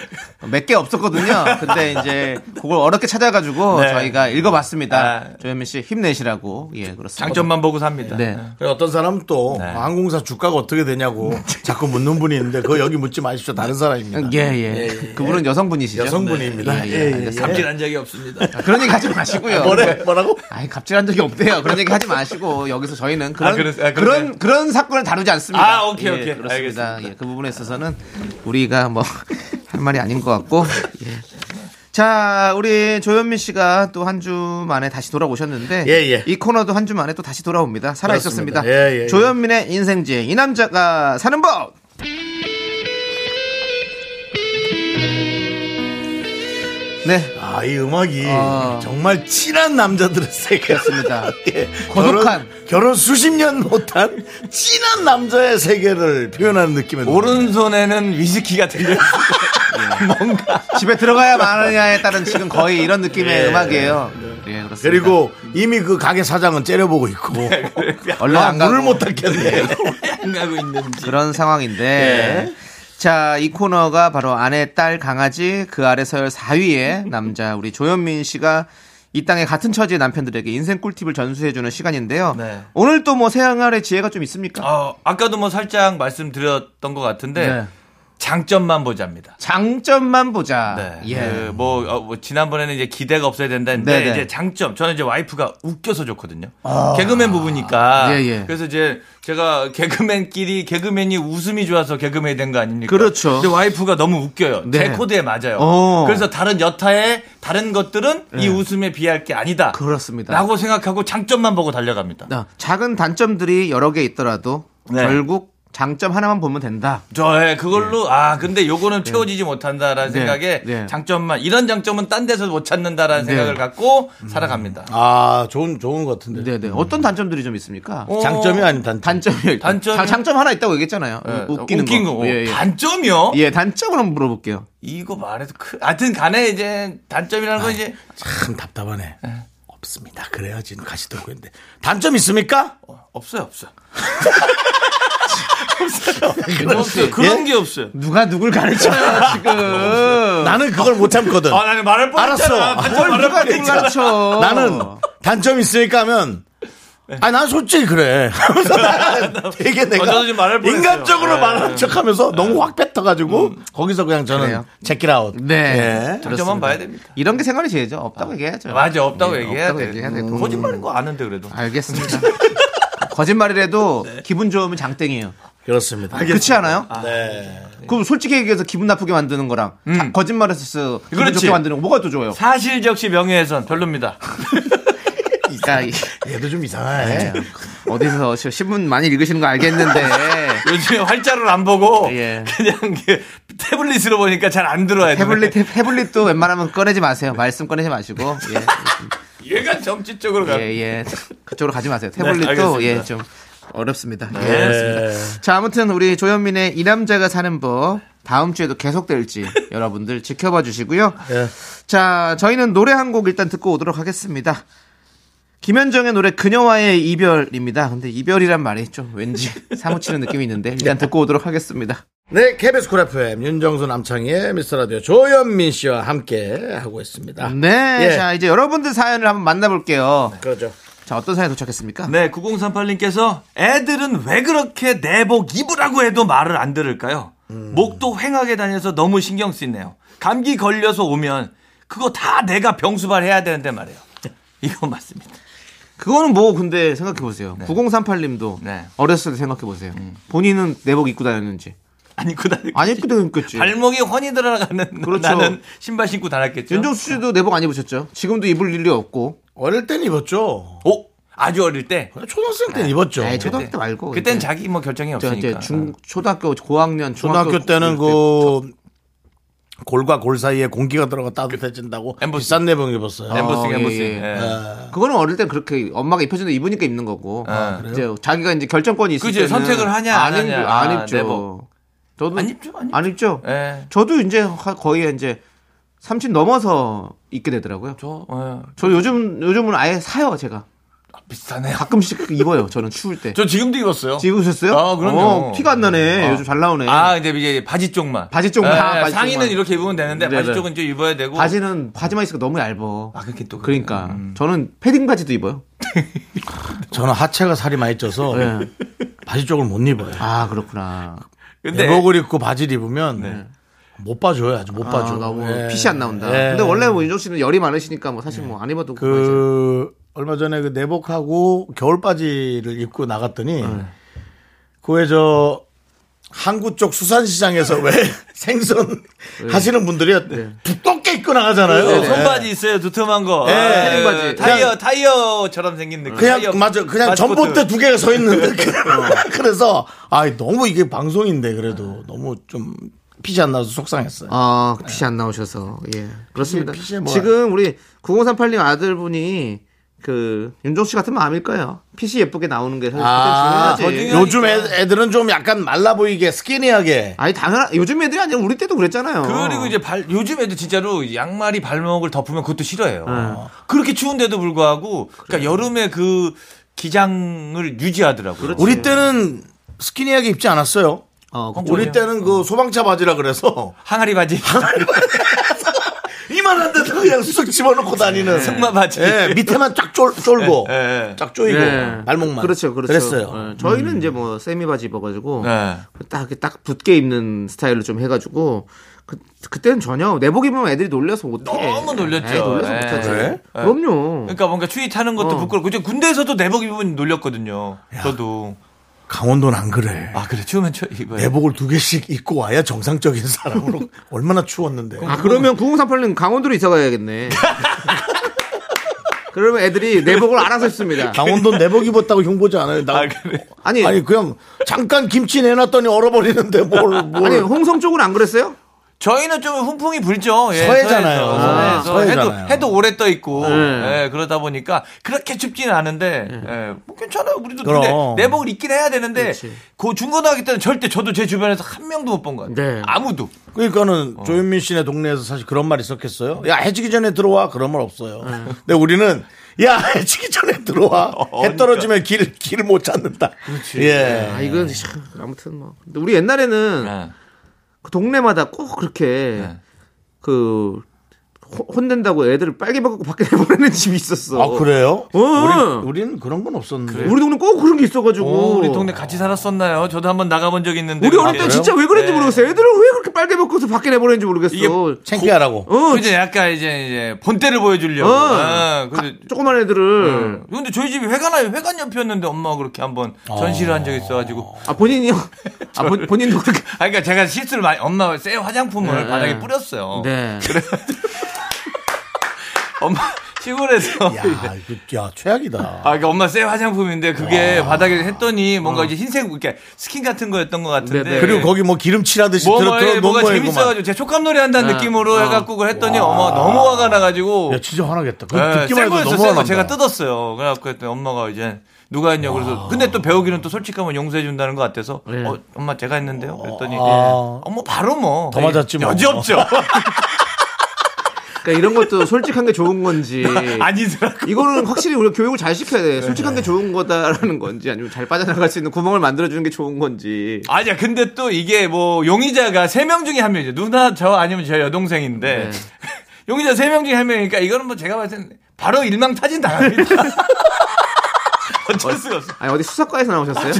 Speaker 4: 몇 개 없었거든요. 근데 이제 그걸 어렵게 찾아가지고
Speaker 10: 네.
Speaker 4: 저희가 읽어봤습니다.
Speaker 10: 아.
Speaker 4: 조현민 씨 힘내시라고 예 그렇습니다.
Speaker 10: 장점만 보고 삽니다.
Speaker 4: 네.
Speaker 3: 그래, 어떤 사람은 또 항공사 주가가 어떻게 되냐고 자꾸 묻는 분이 있는데 그거 여기 묻지 마십시오. 다른 사람입니다.
Speaker 4: 예, 예. 그분은 여성분이시죠?
Speaker 3: 여성분입니다.
Speaker 4: 네.
Speaker 3: 예,
Speaker 4: 예,
Speaker 3: 예,
Speaker 4: 알겠습니다.
Speaker 10: 갑질한 적이 없습니다.
Speaker 4: 아, 그런 얘기 하지 마시고요.
Speaker 3: 아, 뭐래? 뭐라고?
Speaker 4: 아이 갑질한 적이 없대요. 그런 얘기 하지 마시고 여기서 저희는 그런
Speaker 10: 아, 그랬- 아, 그러네.
Speaker 4: 그런 그런 사건을 다루지 않습니다.
Speaker 10: 아, 오케이,
Speaker 4: 예,
Speaker 10: 오케이.
Speaker 4: 그렇습니다.
Speaker 10: 알겠습니다.
Speaker 4: 예, 그 부분에 있어서는 우리가 뭐 할 말이 아닌 것 같고. 예. 자, 우리 조현민 씨가 또 한 주 만에 다시 돌아오셨는데
Speaker 3: 예, 예.
Speaker 4: 이 코너도 한 주 만에 또 다시 돌아옵니다. 살아 있었습니다.
Speaker 3: 그렇습니다. 예, 예, 예.
Speaker 4: 조현민의 인생지 이 남자가 사는 법. 네,
Speaker 3: 아, 이 음악이
Speaker 4: 아.
Speaker 3: 정말 친한 남자들의 세계.
Speaker 4: 그렇습니다.
Speaker 3: 예.
Speaker 4: 고독한.
Speaker 3: 결혼, 결혼 수십 년 못한 친한 남자의 세계를 표현하는 느낌의
Speaker 10: 오른손에는 위스키가 들려. 뭔가
Speaker 4: 집에 들어가야 마느냐에 따른 지금 거의 이런 느낌의 음악이에요. 예, 그렇습니다.
Speaker 3: 그리고 이미 그 가게 사장은 째려보고 있고
Speaker 4: 얼른
Speaker 3: 아,
Speaker 4: 안 가고
Speaker 3: 물을 못 닦겠네.
Speaker 10: 생각하고 있는지.
Speaker 4: 그런 상황인데. 자, 이 코너가 바로 아내, 딸, 강아지 그 아래 서열 4위의 남자 우리 조현민 씨가 이 땅의 같은 처지의 남편들에게 인생 꿀팁을 전수해주는 시간인데요.
Speaker 10: 네.
Speaker 4: 오늘 또 뭐 생활의 지혜가 좀 있습니까?
Speaker 10: 어, 아까도 뭐 살짝 말씀드렸던 것 같은데
Speaker 4: 네.
Speaker 10: 장점만 보자입니다.
Speaker 4: 장점만 보자.
Speaker 10: 네.
Speaker 4: 예.
Speaker 10: 그 뭐, 어, 뭐 지난번에는 이제 기대가 없어야 된다 했는데
Speaker 4: 네네. 아.
Speaker 10: 이제 장점 저는 이제 와이프가 웃겨서 좋거든요. 개그맨 부부니까.
Speaker 4: 예, 예.
Speaker 10: 그래서 이제 제가 개그맨끼리 개그맨이 웃음이 좋아서 개그맨이 된 거 아닙니까?
Speaker 4: 그렇죠.
Speaker 10: 근데 와이프가 너무 웃겨요.
Speaker 4: 네.
Speaker 10: 제 코드에 맞아요.
Speaker 4: 어. 네.
Speaker 10: 그래서 다른 여타의 다른 것들은 이 웃음에 비할 게 아니다.
Speaker 4: 그렇습니다.
Speaker 10: 라고 생각하고 장점만 보고 달려갑니다.
Speaker 4: 아, 작은 단점들이 여러 개 있더라도
Speaker 10: 네.
Speaker 4: 결국 장점 하나만 보면 된다.
Speaker 10: 저, 예, 그걸로, 아, 근데 요거는 채워지지 못한다라는
Speaker 4: 네.
Speaker 10: 생각에
Speaker 4: 네.
Speaker 10: 장점만, 이런 장점은 딴 데서 못 찾는다라는
Speaker 4: 네.
Speaker 10: 생각을 갖고 살아갑니다.
Speaker 3: 아, 좋은 좋은 것 같은데.
Speaker 4: 네네. 어떤 단점들이 좀 있습니까?
Speaker 3: 장점이 아닌 단점.
Speaker 4: 단점이
Speaker 10: 음. 단점이-
Speaker 4: 장- 장점 하나 있다고 얘기했잖아요.
Speaker 10: 예,
Speaker 4: 웃기는
Speaker 10: 웃긴
Speaker 4: 거.
Speaker 10: 거.
Speaker 4: 예, 예.
Speaker 10: 단점이요?
Speaker 4: 예, 단점을 한번 물어볼게요.
Speaker 10: 이거 말해도 크. 하여튼 간에 이제 단점이라는
Speaker 4: 아.
Speaker 10: 건 이제
Speaker 3: 참 답답하네.
Speaker 10: 예.
Speaker 3: 없습니다. 그래야지 같이 들고 있는데 단점 있습니까?
Speaker 10: 없어요, 없어. 없어요. 없어요. 네,
Speaker 3: 예?
Speaker 10: 그런 게 없어요.
Speaker 4: 누가 누굴 가르쳐요, 지금.
Speaker 3: 나는 그걸 못 참거든.
Speaker 10: 아, 나는 말할 뻔했잖아.
Speaker 3: 알았어.
Speaker 10: 단점 말할
Speaker 4: 누가 누굴
Speaker 10: 뻔했잖아.
Speaker 4: 가르쳐.
Speaker 3: 나는 단점 있으니까 하면 아, 난 솔직히 그래. 하면서 난 되게
Speaker 10: 네. 어,
Speaker 3: 내가
Speaker 10: 저도 지금 말할 뻔했어요.
Speaker 3: 인간적으로
Speaker 10: 네. 음.
Speaker 3: 말하는 척하면서 너무 확 뱉어가지고 거기서 그냥 저는
Speaker 4: 그래요.
Speaker 3: 체키라웃. 예.
Speaker 4: 네.
Speaker 10: 장점만 봐야 됩니다.
Speaker 4: 이런 게 생활의 지혜죠. 없다고 얘기해야죠.
Speaker 10: 맞아, 없다고
Speaker 4: 예,
Speaker 10: 얘기해야
Speaker 4: 없다고
Speaker 10: 돼.
Speaker 4: 얘기해야 돼.
Speaker 10: 음, 거짓말인 거 아는데 그래도. 네.
Speaker 4: 알겠습니다. 거짓말이라도 기분 좋으면 장땡이에요.
Speaker 3: 그렇습니다.
Speaker 4: 그렇지 않아요?
Speaker 3: 네.
Speaker 4: 그럼 솔직히 얘기해서 기분 나쁘게 만드는 거랑 자- 거짓말해서 기분
Speaker 10: 음. 그렇지.
Speaker 4: 좋게 만드는 거 뭐가 더 좋아요?
Speaker 10: 사실 적시 명예훼손 별로입니다.
Speaker 4: 자, 아, 이-
Speaker 3: 네.
Speaker 4: 네.
Speaker 3: 얘도 좀 이상해.
Speaker 4: 어디서 시- 신문 많이 읽으시는 거 알겠는데
Speaker 10: 요즘에 활자를 안 보고
Speaker 4: 예.
Speaker 10: 그냥 이게 태블릿으로 보니까 잘 안 들어와요.
Speaker 4: 태블릿 태- 태블릿도 웬만하면 꺼내지 마세요. 말씀 꺼내지 마시고 예,
Speaker 10: 얘가 정치 쪽으로 가.
Speaker 4: 예예 그쪽으로 가지 마세요.
Speaker 10: 네,
Speaker 4: 태블릿도
Speaker 10: 알겠습니다. 네.
Speaker 4: 예 좀 어렵습니다. 예, 그렇습니다. 자 아무튼 우리 조현민의 이 남자가 사는 법 다음 주에도 계속될지 여러분들 지켜봐 주시고요.
Speaker 10: 네.
Speaker 4: 자 저희는 노래 한 곡 일단 듣고 오도록 하겠습니다. 김현정의 노래 그녀와의 이별입니다. 근데 이별이란 말이 좀 왠지 사무치는 느낌이 있는데
Speaker 10: 네.
Speaker 4: 일단 듣고 오도록 하겠습니다.
Speaker 3: 네, KBS 쿨 FM 윤정수 남창희의 미스터라디오 조현민 씨와 함께 하고 있습니다.
Speaker 4: 네,
Speaker 3: 예.
Speaker 4: 자 이제 여러분들 사연을 한번 만나볼게요.
Speaker 3: 그렇죠.
Speaker 4: 자, 어떤 사연이 도착했습니까?
Speaker 10: 네, 9038님께서 애들은 왜 그렇게 내복 입으라고 해도 말을 안 들을까요? 목도 횡하게 다녀서 너무 신경 쓰이네요. 감기 걸려서 오면 그거 다 내가 병수발 해야 되는데 말이에요. 이거 맞습니다.
Speaker 4: 그거는 뭐 근데 생각해 보세요.
Speaker 10: 네.
Speaker 4: 9038님도 어렸을 때 생각해 보세요.
Speaker 10: 음.
Speaker 4: 본인은 내복 입고 다녔는지
Speaker 10: 안 입고 그 다녔겠지.
Speaker 4: 안 입고 다녔겠지.
Speaker 10: 발목이 훤히 들어가는
Speaker 4: 그렇죠.
Speaker 10: 나는 신발 신고 다녔겠죠.
Speaker 4: 윤정수 씨도 내복 안 입으셨죠? 지금도 입을 일이 없고.
Speaker 3: 어릴 땐 입었죠.
Speaker 10: 오, 아주 어릴 때.
Speaker 3: 초등학생
Speaker 4: 아,
Speaker 3: 때 입었죠.
Speaker 4: 에이, 초등학교 때 말고.
Speaker 10: 네, 그땐
Speaker 4: 어, 이제.
Speaker 10: 자기 뭐 결정이
Speaker 4: 저 이제
Speaker 10: 없으니까. 어.
Speaker 4: 중 초등학교 고학년 중학교
Speaker 3: 초등학교 때는 그 골과 골 사이에 공기가 들어가 따뜻해진다고 비싼 내복 입었어요.
Speaker 4: 아, 예, 예. 그거는 어릴 땐 그렇게 엄마가 입혀주는데 입으니까 입는
Speaker 10: 아,
Speaker 4: 거고.
Speaker 3: 그래요?
Speaker 4: 이제 자기가 이제 결정권이 있을
Speaker 10: 그치,
Speaker 4: 때는
Speaker 10: 선택을 하냐, 안
Speaker 4: 안, 입,
Speaker 10: 하냐.
Speaker 4: 안
Speaker 10: 아,
Speaker 4: 입죠.
Speaker 10: 내복.
Speaker 4: 저도
Speaker 10: 안 입죠, 안 입죠.
Speaker 4: 안 입죠.
Speaker 10: 예.
Speaker 4: 저도 이제 하- 거의 이제 30 넘어서 입게 되더라고요.
Speaker 10: 저, 예. 아,
Speaker 4: 저 요즘 요즘은 아예 사요 제가.
Speaker 10: 비싸네요.
Speaker 4: 가끔씩 입어요. 저는 추울 때.
Speaker 10: 저 지금도 입었어요.
Speaker 4: 입으셨어요?
Speaker 10: 아, 그럼요.
Speaker 4: 어, 티가 안 나네.
Speaker 10: 아.
Speaker 4: 요즘 잘 나오네.
Speaker 10: 아, 근데 이제 바지 쪽만.
Speaker 4: 바지 쪽만,
Speaker 10: 예,
Speaker 4: 바지
Speaker 10: 상의는
Speaker 4: 쪽만.
Speaker 10: 이렇게 입으면 되는데
Speaker 4: 네,
Speaker 10: 바지
Speaker 4: 네.
Speaker 10: 쪽은 이제 입어야 되고.
Speaker 4: 바지는 바지만 있으니까 너무 얇어.
Speaker 10: 아, 그렇게 또. 그래요.
Speaker 4: 그러니까 저는 패딩 바지도 입어요.
Speaker 3: 저는 하체가 살이 많이 쪄서
Speaker 4: 네.
Speaker 3: 바지 쪽을 못 입어요.
Speaker 4: 아 그렇구나. 네.
Speaker 10: 근데
Speaker 3: 내복을 입고 바지를 입으면 못 봐줘요. 아주 못 봐줘.
Speaker 4: 아, 너무
Speaker 3: 예.
Speaker 4: 핏이 안 나온다.
Speaker 3: 예.
Speaker 4: 근데 원래 뭐 윤종 씨는 열이 많으시니까 뭐
Speaker 10: 예.
Speaker 4: 사실 뭐 안 입어도 그만이죠.
Speaker 3: 그 얼마 전에 그 내복하고 겨울 바지를 입고 나갔더니
Speaker 10: 네.
Speaker 3: 그에 저 항구 쪽
Speaker 10: 네.
Speaker 3: 수산시장에서 왜 생선 하시는 분들이 두껍게 입고 나가잖아요.
Speaker 10: 네, 손바지 있어요. 두툼한 거.
Speaker 3: 예.
Speaker 10: 아,
Speaker 3: 패딩 바지.
Speaker 10: 타이어
Speaker 3: 그냥-
Speaker 10: 타이어처럼 생긴 느낌.
Speaker 3: 그냥
Speaker 10: 타이어
Speaker 3: 맞아 그냥
Speaker 10: 마스코트. 네. 어.
Speaker 3: 전봇대 두 개가 서 있는데 그래서 아 너무 이게 방송인데 그래도 너무 좀 핏이 안 나서 속상했어요.
Speaker 4: 아, 그 핏이 안 나오셔서. 예. 그렇습니다.
Speaker 3: 핏이 뭐야.
Speaker 4: 지금 우리 9038님 아들분이 그 윤종 씨 같으면 암일 거예요. 핏이 예쁘게 나오는 게 사실
Speaker 3: 아,
Speaker 4: 그때 중요하지.
Speaker 10: 더 중요-
Speaker 3: 요즘 애, 들은좀 약간 말라 보이게 스키니하게
Speaker 4: 아니 당연 요즘 애들이 아니라 우리 때도 그랬잖아요.
Speaker 10: 그리고 이제 발 요즘 애들 진짜로 양말이 발목을 덮으면 그것도 싫어해요.
Speaker 4: 예.
Speaker 10: 그렇게 추운데도 불구하고 그러니까 여름에 그 기장을 유지하더라고요.
Speaker 3: 우리 때는 스키니하게 입지 않았어요.
Speaker 4: 어, 그-
Speaker 10: 예.
Speaker 3: 우리 때는 그 소방차 바지라 그래서
Speaker 10: 항아리 바지.
Speaker 3: 이만한 데서 그냥 쑥 집어넣고 다니는
Speaker 10: 승마 바지.
Speaker 3: 예, 밑에만 쫙 쫄, 쫄고
Speaker 10: 예, 예.
Speaker 3: 쫙 조이고
Speaker 4: 예.
Speaker 3: 발목만
Speaker 4: 그렇죠, 그렇죠.
Speaker 3: 그랬어요.
Speaker 4: 예, 저희는 이제 뭐 세미 바지 입어가지고
Speaker 10: 네.
Speaker 4: 딱 이렇게 딱 붙게 입는 스타일로 좀 해가지고 그 그때는 전혀 내복 입으면 애들이 놀려서 못해.
Speaker 10: 너무 놀렸죠.
Speaker 4: 에이, 놀려서
Speaker 10: 예.
Speaker 3: 네.
Speaker 4: 못하지.
Speaker 10: 그래?
Speaker 4: 그럼요.
Speaker 10: 그러니까 뭔가 추위 타는 것도
Speaker 4: 어.
Speaker 10: 부끄럽고 이제 군대에서도 내복 입으면 놀렸거든요. 저도
Speaker 3: 강원도는 안 그래.
Speaker 10: 아 그래 추우면 추 입어요.
Speaker 3: 내복을 두 개씩 입고 와야 정상적인 사람으로 얼마나 추웠는데.
Speaker 4: 아 그러면 9038은 강원도로 이사 가야겠네. 그러면 애들이 내복을 알아서 입습니다.
Speaker 3: 강원도 내복 입었다고 흉보지 않아요. 나,
Speaker 10: 아, 그래.
Speaker 4: 아니,
Speaker 3: 아니
Speaker 4: 아니,
Speaker 3: 그냥 잠깐 김치 내놨더니 얼어버리는데 뭘, 뭘.
Speaker 4: 홍성 쪽은 안 그랬어요?
Speaker 10: 저희는 좀 훈풍이 불죠. 예,
Speaker 3: 서해잖아요.
Speaker 10: 서해죠.
Speaker 3: 아,
Speaker 10: 서해에서
Speaker 3: 서해잖아요.
Speaker 10: 해도, 해도 오래 떠 있고
Speaker 4: 네.
Speaker 10: 예, 그러다 보니까 그렇게 춥지는 않은데 예, 뭐 괜찮아요. 우리도
Speaker 3: 그럼.
Speaker 10: 근데 내복을 입긴 해야 되는데
Speaker 4: 그렇지.
Speaker 10: 그 중고등학교 때는 절대 저도 제 주변에서 한 명도 못 본 것 같아요.
Speaker 4: 네.
Speaker 10: 아무도. 어.
Speaker 3: 그러니까는 조현민 씨네 동네에서 사실 그런 말 있었겠어요? 야 해지기 전에 들어와 그런 말 없어요.
Speaker 10: 네.
Speaker 3: 근데 우리는 야 해지기 전에 들어와 해 떨어지면 길
Speaker 10: 그러니까.
Speaker 3: 길 못 찾는다. 예.
Speaker 4: 아
Speaker 10: 네.
Speaker 4: 이건 참, 아무튼 뭐. 근데 우리 옛날에는
Speaker 10: 예.
Speaker 4: 그 동네마다 꼭 그렇게 그 호- 혼낸다고 애들을 빨개 벗고 밖에 내보내는 집이 있었어.
Speaker 3: 아 그래요?
Speaker 4: 어.
Speaker 3: 우리 우리는 그런 건 없었는데.
Speaker 4: 우리 동네 꼭 그런 게 있어가지고.
Speaker 10: 오, 우리 동네 같이 살았었나요? 저도 한번 나가본 적 있는데.
Speaker 4: 우리 어릴 때
Speaker 10: 그게.
Speaker 4: 진짜 왜 그랬는지
Speaker 10: 네.
Speaker 4: 모르겠어. 애들을 왜 그렇게 빨개 벗고서 밖에 내보내는지 모르겠어.
Speaker 10: 이게
Speaker 3: 창피하라고.
Speaker 4: 어,
Speaker 10: 그죠 약간 이제 이제 본때를 보여주려고.
Speaker 4: 어. 가-
Speaker 10: 아, 근데 네.
Speaker 4: 조그만 애들을.
Speaker 10: 근데 저희 집이 회관 회관 옆이었는데 엄마가 그렇게 한번 전시를 한 적이 있어가지고
Speaker 4: 어. 아, 본인이요? 아, 본, 본인도 그렇게.
Speaker 10: 아, 그러니까 제가 실수를 많이 엄마 새 화장품을
Speaker 4: 네.
Speaker 10: 바닥에 뿌렸어요.
Speaker 4: 네.
Speaker 10: 엄마 시골에서
Speaker 3: 야, 이거, 야 최악이다.
Speaker 10: 아, 그러니까 엄마 새 화장품인데 그게 바닥에 했더니 뭔가 이제 흰색 이렇게 스킨 같은 거였던 것 같은데
Speaker 4: 어. 네, 네.
Speaker 3: 그리고 거기 뭐 기름칠하듯이
Speaker 10: 뭐,
Speaker 3: 들어
Speaker 10: 뭐,
Speaker 3: 들어
Speaker 10: 뭐가
Speaker 3: 놓은 거예요.
Speaker 10: 재밌어가지고 제 촉감놀이 한다는
Speaker 4: 네.
Speaker 10: 느낌으로
Speaker 4: 어.
Speaker 10: 해갖고 그걸 했더니 어머 너무 화가 나가지고
Speaker 3: 야 진짜 화나겠다. 그거
Speaker 10: 예,
Speaker 3: 듣기만
Speaker 10: 새
Speaker 3: 해도
Speaker 10: 거였어
Speaker 3: 너무
Speaker 10: 새
Speaker 3: 화난다.
Speaker 10: 거. 제가 뜯었어요. 그래갖고 했더니 엄마가 이제 누가 했냐 고 그래서 근데 또 배우기는 또 솔직하면 용서해 준다는 것 같아서
Speaker 4: 네.
Speaker 10: 어, 엄마 제가 했는데요. 그랬더니
Speaker 3: 예. 아.
Speaker 10: 어머 바로 뭐 더
Speaker 3: 맞았지 뭐.
Speaker 10: 여지 없죠.
Speaker 4: 그러니까 이런 것도 솔직한 게 좋은 건지.
Speaker 3: 예.
Speaker 10: 아니더라고.
Speaker 4: 이거는 확실히 우리가 교육을 잘 시켜야 돼. 솔직한 게 좋은 거다라는 건지 아니면 잘 빠져나갈 수 있는 구멍을 만들어주는 게 좋은 건지.
Speaker 10: 아니야, 근데 또 이게 뭐 용의자가 세 명 중에 한 명이죠. 누나, 저 아니면 저 여동생인데.
Speaker 4: 네.
Speaker 10: 용의자 세 명 중에 한 명이니까 이거는 뭐 제가 봤을 땐 바로 일망타진 당합니다. 어쩔 수가 없어.
Speaker 4: 아니 어디 수사과에서 나오셨어요?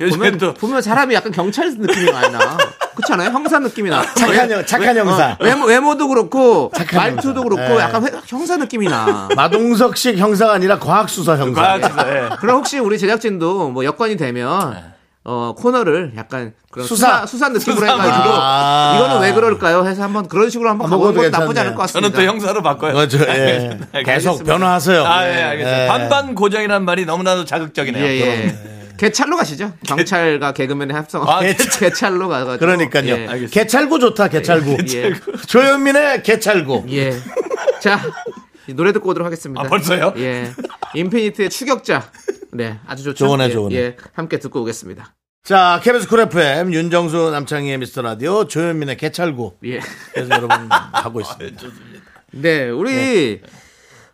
Speaker 10: 요즘엔
Speaker 4: 보면
Speaker 10: 또
Speaker 4: 보면 사람이 약간 경찰 느낌이 많이 나. 그렇지 않아요? 형사 느낌이 나.
Speaker 3: 착한
Speaker 4: 왜-
Speaker 3: 형- 착한 형사.
Speaker 10: 어.
Speaker 4: 외모, 외모도 그렇고 말투도
Speaker 3: 형사.
Speaker 4: 그렇고
Speaker 3: 예.
Speaker 4: 약간 회- 형사 느낌이 나.
Speaker 3: 마동석식 형사가 아니라 과학수사 형사.
Speaker 10: 과학수사, 예.
Speaker 4: 그럼 혹시 우리 제작진도 뭐 여건이 되면 어 코너를 약간 그런
Speaker 3: 수사.
Speaker 4: 수사 수사 느낌으로
Speaker 10: 수사
Speaker 4: 해가지고
Speaker 3: 아.
Speaker 4: 이거는 왜 그럴까요? 해서 한번 그런 식으로 한번
Speaker 3: 아,
Speaker 4: 가보는
Speaker 3: 먹어도
Speaker 4: 것도 나쁘지
Speaker 3: 괜찮네.
Speaker 4: 않을 것 같습니다.
Speaker 10: 저는 또 형사로 바꿔요.
Speaker 3: 맞아. 예. 계속 변화하세요.
Speaker 10: 아, 예, 알겠습니다.
Speaker 3: 예.
Speaker 10: 반반 고정이라는 말이 너무나도 자극적이네요.
Speaker 4: 예, 예. 개찰로 가시죠. 경찰과 개그맨의 합성.
Speaker 10: 아,
Speaker 4: 개찰. 개찰로 가가지고.
Speaker 3: 그러니까요.
Speaker 4: 예.
Speaker 3: 개찰구 좋다, 개찰구.
Speaker 4: 예.
Speaker 3: 조현민의 개찰구.
Speaker 4: 예. 자, 이 노래 듣고 오도록 하겠습니다.
Speaker 10: 아, 벌써요?
Speaker 4: 예. 인피니트의 추격자. 네, 아주 좋죠.
Speaker 3: 좋으네,
Speaker 4: 예,
Speaker 3: 좋으네.
Speaker 4: 예, 함께 듣고 오겠습니다.
Speaker 3: 자, 케빈스 쿨 FM, 윤정수 남창희의 미스터 라디오, 조현민의 개찰구.
Speaker 4: 예.
Speaker 3: 그래서 여러분, 하고 있습니다.
Speaker 4: 네, 우리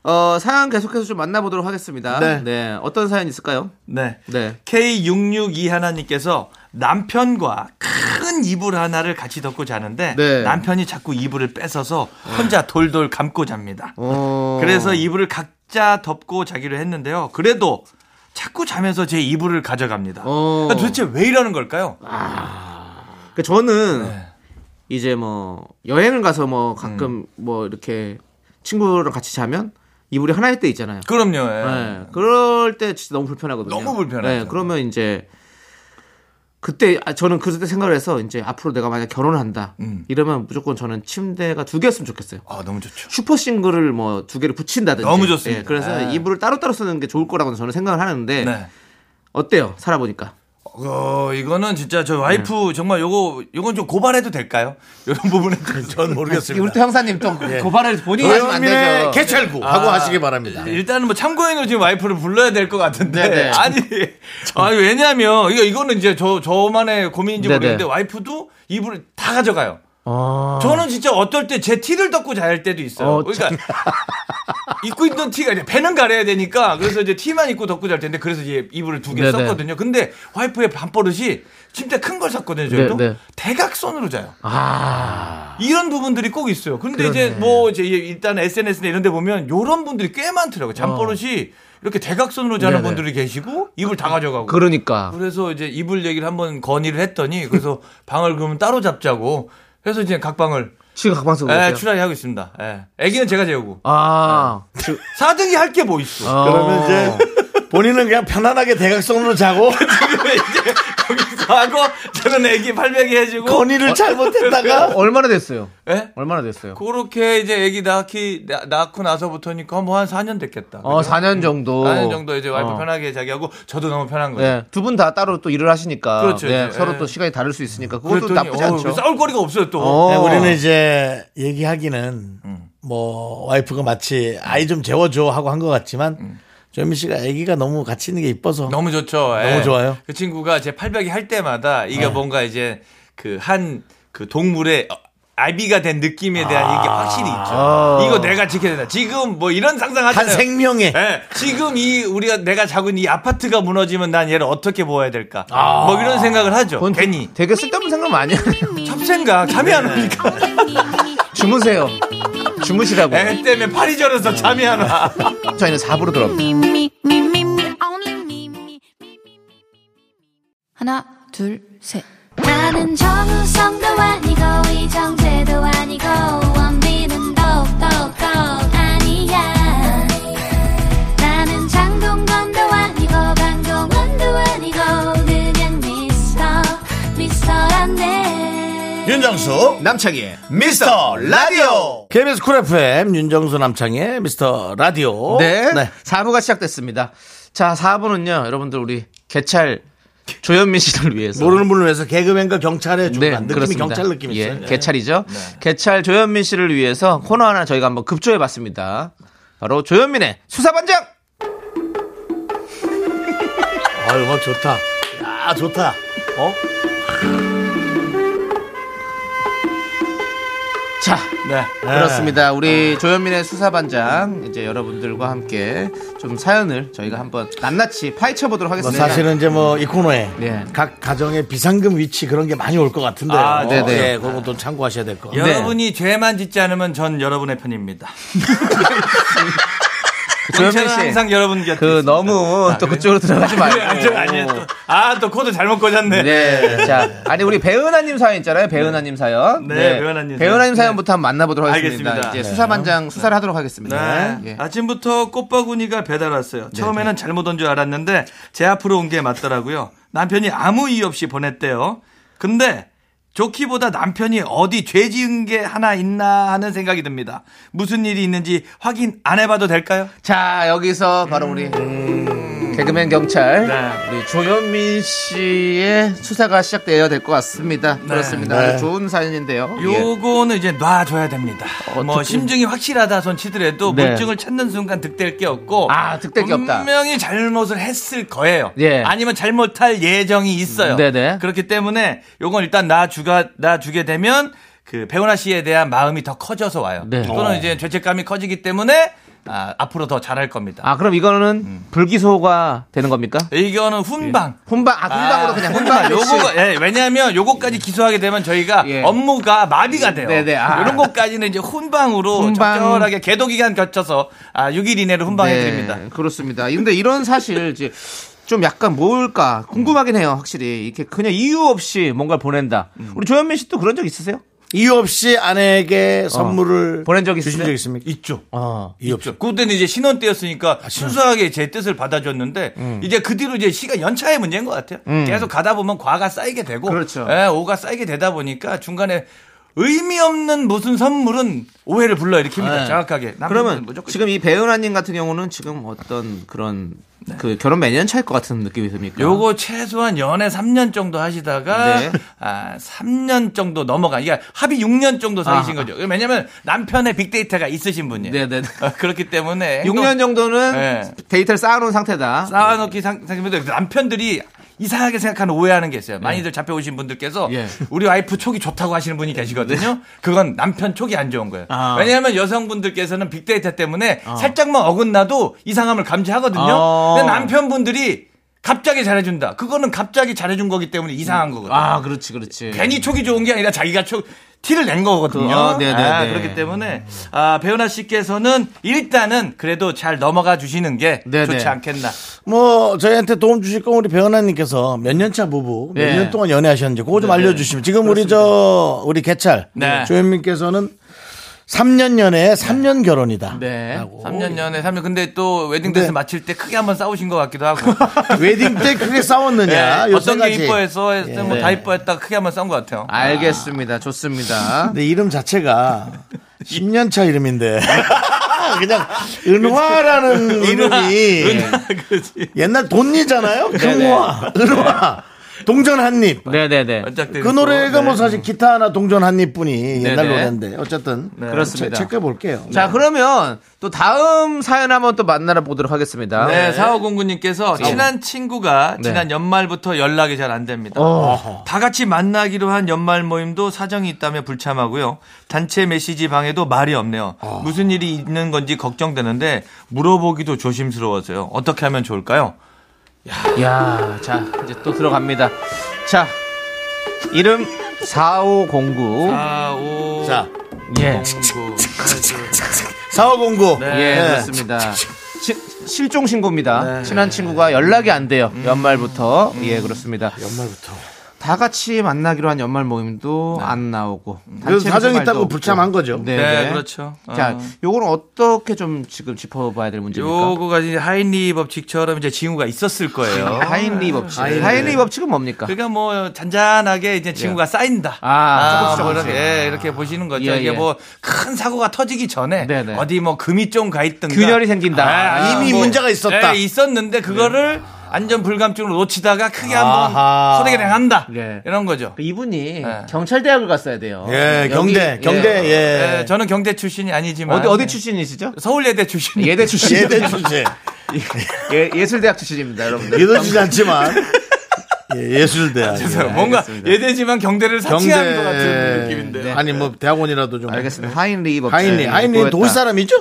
Speaker 4: 어, 사연 계속해서 좀 만나보도록 하겠습니다.
Speaker 3: 네.
Speaker 4: 어떤 사연 있을까요?
Speaker 10: 네.
Speaker 4: 네.
Speaker 10: K662 하나님께서 남편과 큰 이불 하나를 같이 덮고 자는데
Speaker 4: 네.
Speaker 10: 남편이 자꾸 이불을 뺏어서 혼자 돌돌 감고 잡니다.
Speaker 4: 어.
Speaker 10: 그래서 이불을 각자 덮고 자기로 했는데요. 그래도 자꾸 자면서 제 이불을 가져갑니다.
Speaker 4: 어.
Speaker 10: 그러니까 도대체 왜 이러는 걸까요?
Speaker 3: 아.
Speaker 4: 그 저는
Speaker 3: 네.
Speaker 4: 이제 뭐 여행을 가서 뭐 가끔
Speaker 3: 음.
Speaker 4: 뭐 이렇게 친구랑 같이 자면 이불이 하나일 때 있잖아요.
Speaker 10: 그럼요.
Speaker 4: 예.
Speaker 10: 예.
Speaker 3: 네.
Speaker 4: 그럴 때 진짜 너무 불편하거든요.
Speaker 10: 너무 불편하죠.
Speaker 4: 예, 그러면 이제 그때 아, 저는 그때 생각을 해서 이제 앞으로 내가 만약 결혼을 한다
Speaker 10: 음.
Speaker 4: 이러면 무조건 저는 침대가 두 개였으면 좋겠어요.
Speaker 10: 아, 너무 좋죠.
Speaker 4: 슈퍼 싱글을 뭐 두 개를 붙인다든지.
Speaker 10: 너무 좋습니다.
Speaker 4: 예, 그래서
Speaker 10: 네.
Speaker 4: 이불을 따로따로 쓰는 게 좋을 거라고 저는 생각을 하는데
Speaker 10: 네.
Speaker 4: 어때요? 살아보니까.
Speaker 10: 어, 이거는 진짜 저 와이프
Speaker 3: 네.
Speaker 10: 정말 요거 요건 좀 고발해도 될까요? 이런 부분에 대해서
Speaker 3: 전 모르겠습니다.
Speaker 4: 우리 또 형사님 또
Speaker 10: 예.
Speaker 4: 고발을 본인이 하시면 안
Speaker 3: 조현민의
Speaker 4: 되죠.
Speaker 3: 개찰구. 하고 하시기 바랍니다.
Speaker 10: 일단은 뭐 참고인으로 지금 와이프를 불러야 될 것 같은데
Speaker 4: 네네.
Speaker 10: 아니 아니 왜냐하면 이거 이거는 이제 저 저만의 고민인지
Speaker 4: 네네.
Speaker 10: 모르겠는데 와이프도 이불을 다 가져가요. 저는 진짜 어떨 때 제 티를 덮고 잘 때도 있어요.
Speaker 4: 아. 어,
Speaker 10: 그러니까 입고 있던 티가 이제 배는 가려야 되니까 그래서 이제 티만 입고 덮고 잘 텐데 그래서 이제 이불을 두 개
Speaker 4: 네네.
Speaker 10: 썼거든요. 근데 와이프의 밤버릇이 침대 큰 걸 샀거든요. 저희도
Speaker 4: 네네. 아.
Speaker 10: 대각선으로 자요. 이런 부분들이 꼭 있어요. 근데 이제 뭐 이제 일단 SNS나 이런 데 보면 요런 분들이 꽤 많더라고요. 잠버릇이 이렇게 대각선으로 자는
Speaker 4: 어. 네네.
Speaker 10: 분들이 계시고 이불 다 가져가고.
Speaker 4: 그러니까.
Speaker 10: 그래서 이제 이불 얘기를 한번 건의를 했더니 그래서 방을 그러면 따로 잡자고 해서 이제 각 방을
Speaker 4: 지금 각방 쓰고
Speaker 10: 예,
Speaker 4: 계세요?
Speaker 10: 출하이 하고 있습니다. 예. 애기는 제가 재우고.
Speaker 4: 아.
Speaker 10: 네. 사등이 할 게 뭐 있어.
Speaker 3: 그러면 이제 본인은 그냥 편안하게 대각선으로 자고
Speaker 10: 그러면 이제 거기서 하고 저는 애기 팔베기 해주고.
Speaker 3: 건의를 잘못했다가
Speaker 4: 얼마나 됐어요?
Speaker 10: 예?
Speaker 4: 얼마나 됐어요?
Speaker 10: 그렇게 이제 애기 낳기, 낳- 낳고 나서부터니까 뭐 한 4년 됐겠다.
Speaker 4: 어, 4년 정도.
Speaker 10: 4년 정도 이제 와이프
Speaker 4: 어.
Speaker 10: 편하게 자기하고 저도 너무 편한 거예요.
Speaker 4: 네, 두 분 다 따로 또 일을 하시니까
Speaker 10: 그렇죠,
Speaker 4: 네,
Speaker 10: 이제.
Speaker 4: 서로
Speaker 10: 예.
Speaker 4: 또 시간이 다를 수 있으니까 그것도
Speaker 10: 그랬더니
Speaker 4: 나쁘지
Speaker 10: 어,
Speaker 4: 않죠.
Speaker 10: 싸울 거리가 없어요 또.
Speaker 4: 어.
Speaker 3: 네, 우리는 이제 얘기하기는 뭐 와이프가 마치 아이 좀 재워줘 하고 한 것 같지만 조현민 씨가 아기가 너무 같이 있는 게 이뻐서
Speaker 10: 너무 좋죠.
Speaker 3: 너무 좋아요.
Speaker 10: 그 친구가 제 팔벽이 할 때마다 이게 뭔가 이제 그 한 그 동물의 어, 아비가 된 느낌에 대한 이게 확실히 있죠. 이거 내가 지켜야 된다. 지금 뭐 이런
Speaker 3: 한
Speaker 10: 상상하잖아요.
Speaker 3: 생명에
Speaker 10: 예, 지금 이 우리가 내가 자고 있는 이 아파트가 무너지면 난 얘를 어떻게 보아야 될까? 뭐 이런 생각을 하죠.
Speaker 4: 그건
Speaker 10: 괜히
Speaker 4: 되게 쓸데없는 생각 많이 하네.
Speaker 10: 참생각 잠이
Speaker 4: 네.
Speaker 10: 안 오니까
Speaker 4: 주무세요. 주무시라고.
Speaker 10: 애 때문에 팔이 저려서 잠이 안 와.
Speaker 4: 저희는 4부로 돌아옵니다.
Speaker 9: 하나, 둘, 셋.
Speaker 5: 나는 정우성도 아니고 이정재도 아니고 원빈은 더욱더 아니야 나는 장동건도 아니고 방종원도 아니고 그냥 미스터
Speaker 3: 예.
Speaker 5: 미스터란데
Speaker 3: 윤정수 남창희의 미스터 라디오 KBS 쿨 FM 윤정수 남창희의 미스터 라디오
Speaker 4: 네. 4부가 시작됐습니다. 자, 4부는요, 여러분들 우리 개찰 조현민 씨를 위해서.
Speaker 3: 모르는 분을 위해서 개그맨과 경찰의
Speaker 10: 뭐,
Speaker 3: 중간
Speaker 4: 네,
Speaker 3: 느낌이
Speaker 4: 그렇습니다.
Speaker 3: 경찰 느낌이
Speaker 4: 예,
Speaker 3: 있어요 네.
Speaker 4: 개찰이죠. 개찰 조현민 씨를 위해서 코너 하나 저희가 한번 급조해 봤습니다. 바로 조현민의 수사반장!
Speaker 3: 아 음악 좋다 아 좋다 어?
Speaker 4: 자,
Speaker 10: 네.
Speaker 4: 그렇습니다. 우리 조현민의 수사반장 이제 여러분들과 함께 좀 사연을 저희가 한번 낱낱이 파헤쳐 보도록
Speaker 3: 뭐
Speaker 4: 하겠습니다.
Speaker 3: 사실은 이제 뭐 이 코너에
Speaker 4: 네.
Speaker 3: 각 가정의 비상금 위치 그런 게 많이 올 것 같은데요.
Speaker 10: 아, 예.
Speaker 4: 네네.
Speaker 3: 예, 그런 것도 참고하셔야 될 것 같아요. 네.
Speaker 10: 여러분이 죄만 짓지 않으면 전 여러분의 편입니다.
Speaker 4: 조현민 씨.
Speaker 10: 정체는 항상 아, 여러분 곁에
Speaker 4: 그 너무 또 그쪽으로 들어가지 말고.
Speaker 10: 아, 또 코드 잘못 꽂았네.
Speaker 4: 네. 자, 아니 우리 배은하님 사연 있잖아요. 배은하님 사연.
Speaker 10: 네, 배은하님 사연.
Speaker 4: 배은하님 사연부터 한번 만나보도록 하겠습니다.
Speaker 10: 알겠습니다.
Speaker 4: 이제
Speaker 10: 네.
Speaker 4: 수사반장 수사를 하도록 하겠습니다.
Speaker 10: 네.
Speaker 4: 예. 네,
Speaker 10: 아침부터 꽃바구니가 배달 왔어요. 처음에는 잘못 온 줄 알았는데 제 앞으로 온 게 맞더라고요. 남편이 아무 이유 없이 보냈대요. 근데 좋기보다 남편이 어디 죄 지은 게 하나 있나 하는 생각이 듭니다. 무슨 일이 있는지 확인 안 해봐도 될까요?
Speaker 4: 자, 여기서 바로 우리 개그맨 경찰
Speaker 10: 네.
Speaker 4: 우리 조현민 씨의 수사가 시작되어야 될 것 같습니다. 그렇습니다.
Speaker 10: 네.
Speaker 4: 아주 좋은 사연인데요. 예.
Speaker 10: 요거는 이제 놔줘야 됩니다. 뭐 심증이 확실하다 손 치더라도
Speaker 4: 어, 네.
Speaker 10: 물증을 찾는 순간 득될 게 없고
Speaker 4: 아, 득될 게 없다.
Speaker 10: 분명히 잘못을 했을 거예요.
Speaker 4: 예. 음,
Speaker 10: 아니면 잘못할 예정이 있어요.
Speaker 4: 네네.
Speaker 10: 그렇기 때문에 요건 일단 놔주가 놔주게 되면 그 배우나 씨에 대한 마음이 더 커져서 와요.
Speaker 4: 네.
Speaker 10: 또는
Speaker 4: 어.
Speaker 10: 이제 죄책감이 커지기 때문에 아, 앞으로 더 잘할 겁니다.
Speaker 4: 아, 그럼 이거는 불기소가 되는 겁니까?
Speaker 10: 이거는 훈방.
Speaker 4: 훈방, 아, 훈방으로 그냥 훈방.
Speaker 10: 요거, 예, 왜냐하면 요거까지 기소하게 되면 저희가 업무가 마비가 돼요.
Speaker 4: 네네, 아.
Speaker 10: 이런 것까지는 이제 훈방으로
Speaker 4: 훈방.
Speaker 10: 적절하게 계도 기간 거쳐서 아, 6일 이내로 훈방해 드립니다.
Speaker 4: 네, 그렇습니다. 근데 이런 사실 이제 좀 약간 뭘까 궁금하긴 해요. 확실히 이렇게 그냥 이유 없이 뭔가를 보낸다.
Speaker 10: 음.
Speaker 4: 우리 조현민 씨도 그런 적 있으세요?
Speaker 3: 이유 없이 아내에게 선물을
Speaker 10: 어.
Speaker 4: 보낸 적
Speaker 3: 주신
Speaker 4: 있으세요?
Speaker 3: 적 있습니까?
Speaker 10: 있죠.
Speaker 3: 아, 이유 없이.
Speaker 10: 그때는 이제 신혼 때였으니까 순수하게 제 뜻을 받아줬는데 이제 그 뒤로 이제 시간 연차의 문제인 것 같아요.
Speaker 4: 음.
Speaker 10: 계속 가다 보면 과가 쌓이게 되고
Speaker 4: 그렇죠.
Speaker 10: 예, 오가 쌓이게 되다 보니까 중간에 의미 없는 무슨 선물은 오해를 불러 일으킵니다.
Speaker 4: 네.
Speaker 10: 정확하게.
Speaker 4: 그러면
Speaker 10: 무조건
Speaker 4: 지금 이 배은하님 같은 경우는 지금 어떤 그런 그 결혼 몇 년 차일 것 같은 느낌이 듭니까?
Speaker 10: 네. 요거 최소한 연애 3년 정도 하시다가
Speaker 4: 네.
Speaker 10: 아, 3년 정도 넘어가. 이게 합의 6년 정도 사귀신
Speaker 4: 아. 네,
Speaker 10: 거죠. 왜냐면 남편의 빅데이터가 있으신 분이에요. 어, 그렇기 때문에 네.
Speaker 4: 6년 정도는 데이터를 쌓아놓은 상태다.
Speaker 10: 쌓아놓기 상태면 남편들이 이상하게 생각하는 오해하는 게 있어요. 많이들 잡혀오신 분들께서 우리 와이프 촉이 좋다고 하시는 분이 계시거든요. 그건 남편 촉이 안 좋은 거예요.
Speaker 4: 아.
Speaker 10: 왜냐하면 여성분들께서는 빅데이터 때문에 살짝만 어긋나도 이상함을 감지하거든요.
Speaker 4: 어.
Speaker 10: 근데 남편분들이 갑자기 잘해준다. 그거는 갑자기 잘해준 거기 때문에 이상한 거거든요.
Speaker 4: 아, 그렇지, 그렇지.
Speaker 10: 괜히 촉이 좋은 게 아니라 자기가 촉 티를 낸 거거든요.
Speaker 4: 그, 어, 네네네.
Speaker 10: 아, 그렇기 때문에 아, 배우나 씨께서는 일단은 그래도 잘 넘어가 주시는 게
Speaker 3: 네네.
Speaker 10: 좋지 않겠나.
Speaker 3: 뭐 저희한테 도움 주실 건 우리 배은하님께서 몇 년 차 부부 몇
Speaker 10: 네.
Speaker 3: 년 동안 연애하셨는지 그거 좀 알려주시면 지금 우리 저 우리 개찰
Speaker 10: 네.
Speaker 3: 조현민께서는 3년 연애 3년 결혼이다.
Speaker 10: 네. 3년 연애 3년. 근데 또 웨딩 댄스 마칠 때 크게 한번 싸우신 것 같기도 하고.
Speaker 3: 웨딩 때 크게 싸웠느냐?
Speaker 10: 네,
Speaker 3: 요
Speaker 10: 어떤 게
Speaker 3: 생각이.
Speaker 10: 이뻐해서 했을
Speaker 3: 예.
Speaker 10: 때뭐다 이뻐했다가 크게 한번 싸운 것 같아요.
Speaker 4: 알겠습니다. 좋습니다.
Speaker 3: 근데 이름 자체가 10년 차 이름인데 그냥 은화라는 이름이 옛날 돈이잖아요. 금화,
Speaker 4: 네.
Speaker 3: 은화, 동전 한입.
Speaker 4: 네네네.
Speaker 3: 그 노래가
Speaker 4: 네.
Speaker 3: 뭐 사실 기타 하나 동전 한입뿐이 옛날
Speaker 4: 네네.
Speaker 3: 노래인데 어쨌든
Speaker 4: 네. 그렇습니다.
Speaker 3: 체크해 볼게요.
Speaker 4: 자, 그러면 또 다음 사연 한번 또 만나러 보도록 하겠습니다.
Speaker 10: 네, 사오공구님께서
Speaker 4: 네.
Speaker 10: 친한 친구가
Speaker 4: 네.
Speaker 10: 지난 연말부터 연락이 잘 안 됩니다.
Speaker 4: 어허.
Speaker 10: 다 같이 만나기로 한 연말 모임도 사정이 있다며 불참하고요. 단체 메시지 방에도 말이 없네요. 무슨 일이 있는 건지 걱정되는데 물어보기도 조심스러워서요. 어떻게 하면 좋을까요?
Speaker 4: 야, 자, 이제 또 들어갑니다. 자, 이름 4509.
Speaker 3: 네.
Speaker 10: 45.
Speaker 3: 자,
Speaker 4: 예.
Speaker 3: 4509.
Speaker 4: 예, 그렇습니다. 시- 실종 신고입니다. 친한 친구가 연락이 안 돼요. 연말부터. 예, 그렇습니다.
Speaker 3: 연말부터.
Speaker 4: 다 같이 만나기로 한 연말 모임도 안 나오고.
Speaker 3: 그
Speaker 4: 단체
Speaker 3: 사정이
Speaker 4: 말도
Speaker 3: 있다고
Speaker 4: 없고.
Speaker 3: 불참한 거죠.
Speaker 4: 네,
Speaker 10: 네,
Speaker 4: 네.
Speaker 10: 그렇죠.
Speaker 4: 자,
Speaker 10: 어.
Speaker 4: 요거는 어떻게 좀 지금 짚어봐야 될 문제입니까?
Speaker 10: 요거가 이제 하인리 법칙처럼 이제 징후가 있었을 거예요.
Speaker 4: 아, 네. 하인리 법칙. 하인리 법칙은 뭡니까?
Speaker 10: 그러니까 뭐 잔잔하게 이제 징후가 쌓인다.
Speaker 4: 예. 아,
Speaker 10: 뭐
Speaker 4: 조금씩
Speaker 10: 이렇게,
Speaker 4: 조금씩.
Speaker 10: 예, 이렇게 보시는 거죠.
Speaker 4: 예,
Speaker 10: 이게
Speaker 4: 예.
Speaker 10: 뭐 큰 사고가 터지기 전에
Speaker 4: 네네.
Speaker 10: 어디 뭐 금이 좀 가 있든가
Speaker 4: 균열이 생긴다. 아.
Speaker 3: 이미
Speaker 4: 뭐.
Speaker 3: 문제가 있었다.
Speaker 4: 네,
Speaker 10: 예, 있었는데 그거를 안전 불감증으로 놓치다가 크게 한번
Speaker 3: 아하.
Speaker 10: 소리가 당한다.
Speaker 4: 네.
Speaker 10: 이런 거죠.
Speaker 4: 그 이분이 경찰대학을 갔어야 돼요.
Speaker 3: 예,
Speaker 4: 여기-
Speaker 3: 경대,
Speaker 4: 예.
Speaker 3: 경대, 예.
Speaker 10: 예, 저는 경대 출신이 아니지만
Speaker 4: 어디 어디 출신이시죠?
Speaker 10: 서울예대 출신.
Speaker 4: 예대 출신.
Speaker 3: 예대 주제.
Speaker 4: 예, 예술대학 출신입니다, 여러분들.
Speaker 3: 믿어지지 않지만. 예, 술대학
Speaker 10: 뭔가 예대지만 경대를 사칭하는 것 뭐, 같은 느낌인데.
Speaker 3: 아니, 예. 뭐, 대학원이라도 좀.
Speaker 4: 알겠습니다. 하인리 법칙. 네.
Speaker 3: 예, 하인리. 하인리
Speaker 4: 뭐였다.
Speaker 3: 도시 사람이죠?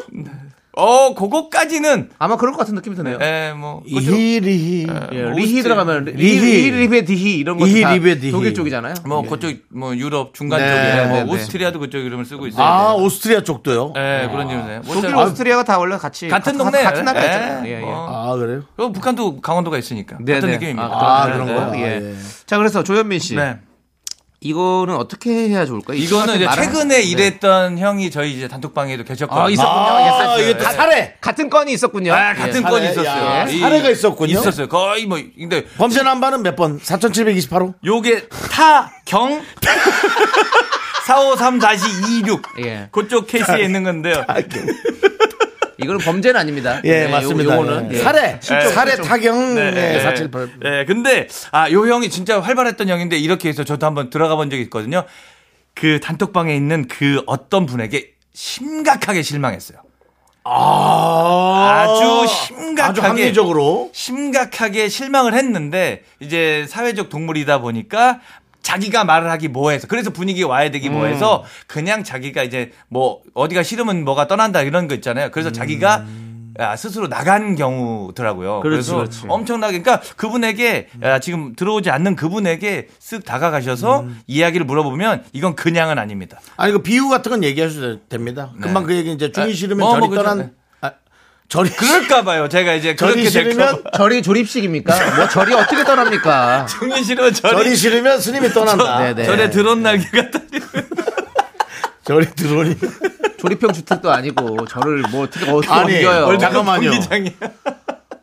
Speaker 10: 어, 그거까지는
Speaker 4: 아마 그럴 것 같은 느낌이 드네요.
Speaker 10: 예, 뭐
Speaker 3: 이히 리히
Speaker 4: 예, 리히
Speaker 10: 오스트리아.
Speaker 4: 들어가면 리-
Speaker 3: 리히.
Speaker 4: 리히 리베 디히 이런
Speaker 3: 리히,
Speaker 4: 거다
Speaker 3: 리베, 디히.
Speaker 4: 독일 쪽이잖아요. 예.
Speaker 10: 뭐 그쪽 뭐 유럽 중간
Speaker 4: 네,
Speaker 10: 쪽에 뭐
Speaker 4: 네, 네.
Speaker 10: 오스트리아도 그쪽 이름을 쓰고 있어요.
Speaker 3: 아 오스트리아 쪽도요.
Speaker 10: 예, 그런 이유네.
Speaker 4: 독일 오스트리아가 다 원래 같이
Speaker 10: 같은
Speaker 4: 같-
Speaker 10: 동네
Speaker 4: 같은 나라였잖아요. 예, 예.
Speaker 3: 아 그래요?
Speaker 10: 어, 북한도 강원도가 있으니까
Speaker 4: 네,
Speaker 10: 같은
Speaker 4: 네.
Speaker 10: 느낌입니다.
Speaker 4: 아,
Speaker 3: 그런
Speaker 4: 네,
Speaker 3: 거요?
Speaker 4: 네.
Speaker 3: 아,
Speaker 4: 예.
Speaker 3: 예.
Speaker 4: 자, 그래서 조현민 씨.
Speaker 10: 네.
Speaker 4: 이거는 어떻게 해야 좋을까요? 이
Speaker 10: 이거는 이제
Speaker 4: 말을-
Speaker 10: 최근에
Speaker 4: 네.
Speaker 10: 일했던 형이 저희 이제 단톡방에도 계셨거든요.
Speaker 4: 아, 있었군요.
Speaker 3: 아,
Speaker 4: 예,
Speaker 3: 이게 다 사례.
Speaker 4: 같은 건이 있었군요.
Speaker 10: 아, 같은
Speaker 4: 예.
Speaker 10: 건이
Speaker 3: 사례,
Speaker 10: 있었어요.
Speaker 3: 야,
Speaker 10: 이-
Speaker 3: 사례가 있었군요.
Speaker 10: 있었어요. 거의 뭐 근데
Speaker 3: 범죄 남반은 몇 번? 4,728호?
Speaker 10: 요게 타경 453-26
Speaker 4: 예.
Speaker 10: 그쪽 케이스에 있는 건데요.
Speaker 4: 이거는 범죄는 아닙니다.
Speaker 3: 예,
Speaker 4: 요-
Speaker 3: 맞습니다.
Speaker 4: 요거는
Speaker 3: 예.
Speaker 4: 예.
Speaker 3: 사례.
Speaker 10: 실종,
Speaker 3: 사례
Speaker 10: 실종.
Speaker 3: 타경 네,
Speaker 10: 네, 네,
Speaker 3: 478.
Speaker 10: 네, 근데 아, 요 형이 진짜 활발했던 형인데 이렇게 해서 저도 한번 들어가 본 적이 있거든요. 그 단톡방에 있는 그 어떤 분에게 심각하게 실망했어요.
Speaker 3: 아,
Speaker 10: 아주 심각하게
Speaker 3: 아주 합리적으로.
Speaker 10: 심각하게 실망을 했는데 이제 사회적 동물이다 보니까 자기가 말을 하기 뭐해서 그래서 분위기 와야 되기 뭐해서 그냥 자기가 이제 뭐 어디가 싫으면 뭐가 떠난다 이런 거 있잖아요. 그래서 자기가 아, 스스로 나간 경우더라고요. 그래서 엄청나게 그러니까 그분에게 아, 지금 들어오지 않는 그분에게 쓱 다가가셔서 이야기를 물어보면 이건 그냥은 아닙니다.
Speaker 3: 아니 그 비유 같은 건 얘기하셔도 됩니다.
Speaker 4: 네.
Speaker 3: 금방 그 얘기 이제 중이
Speaker 10: 아,
Speaker 3: 싫으면
Speaker 10: 뭐,
Speaker 3: 절이
Speaker 10: 뭐, 그죠.
Speaker 3: 떠난
Speaker 10: 네.
Speaker 3: 아, 절이
Speaker 10: 그럴까 봐요. 제가 이제
Speaker 3: 절이
Speaker 10: 그렇게 될까 봐.
Speaker 3: 싫으면
Speaker 4: 절이 조립식입니까? 뭐 절이 어떻게 떠납니까?
Speaker 10: 정신 싫으면
Speaker 3: 절이
Speaker 10: 저리
Speaker 3: 싫으면 스님이 떠난다.
Speaker 4: 네, 네.
Speaker 10: 절에 드론 날개가 떨리
Speaker 3: 절이 들어오니
Speaker 4: 조립형 주택도 아니고 절을 뭐 어떻게 어떻게
Speaker 3: 아니,
Speaker 4: 옮겨요?
Speaker 3: 얼- 잠깐만요.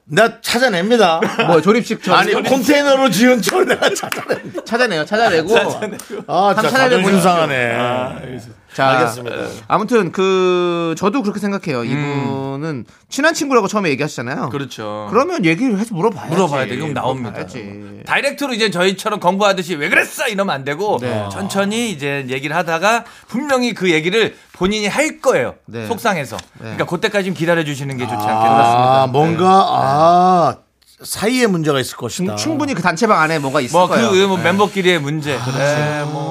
Speaker 3: 나 찾아냅니다.
Speaker 4: 뭐 조립식 절
Speaker 3: 아니 컨테이너로 지은 절 내가 찾아냅니다.
Speaker 4: 찾아내요. 찾아내고
Speaker 3: 아, 진짜
Speaker 4: 삼천에
Speaker 3: 자존심
Speaker 4: 보내주세요.
Speaker 3: 상하네.
Speaker 4: 자,
Speaker 3: 알겠습니다. 음.
Speaker 4: 아무튼 그 저도 그렇게 생각해요. 이분은 친한 친구라고 처음에 얘기하시잖아요.
Speaker 10: 그렇죠.
Speaker 4: 그러면 얘기를 해서 물어봐야지.
Speaker 10: 물어봐야 돼. 그럼 나옵니다.
Speaker 4: 물어봐야지.
Speaker 10: 다이렉트로 이제 저희처럼 공부하듯이 왜 그랬어 이러면 안 되고
Speaker 4: 네.
Speaker 10: 천천히 이제 얘기를 하다가 분명히 그 얘기를 본인이 할 거예요.
Speaker 4: 네.
Speaker 10: 속상해서. 그러니까 그때까지 좀 기다려 주시는 게 좋지 않겠나.
Speaker 3: 아, 뭔가 아 사이에 문제가 있을 것이다.
Speaker 4: 네. 충분히 그 단체방 안에 뭐가 있을
Speaker 10: 뭐그
Speaker 4: 거예요. 네. 아, 그렇죠.
Speaker 10: 뭐 멤버끼리의 문제. 예,
Speaker 3: 음-
Speaker 10: 뭐.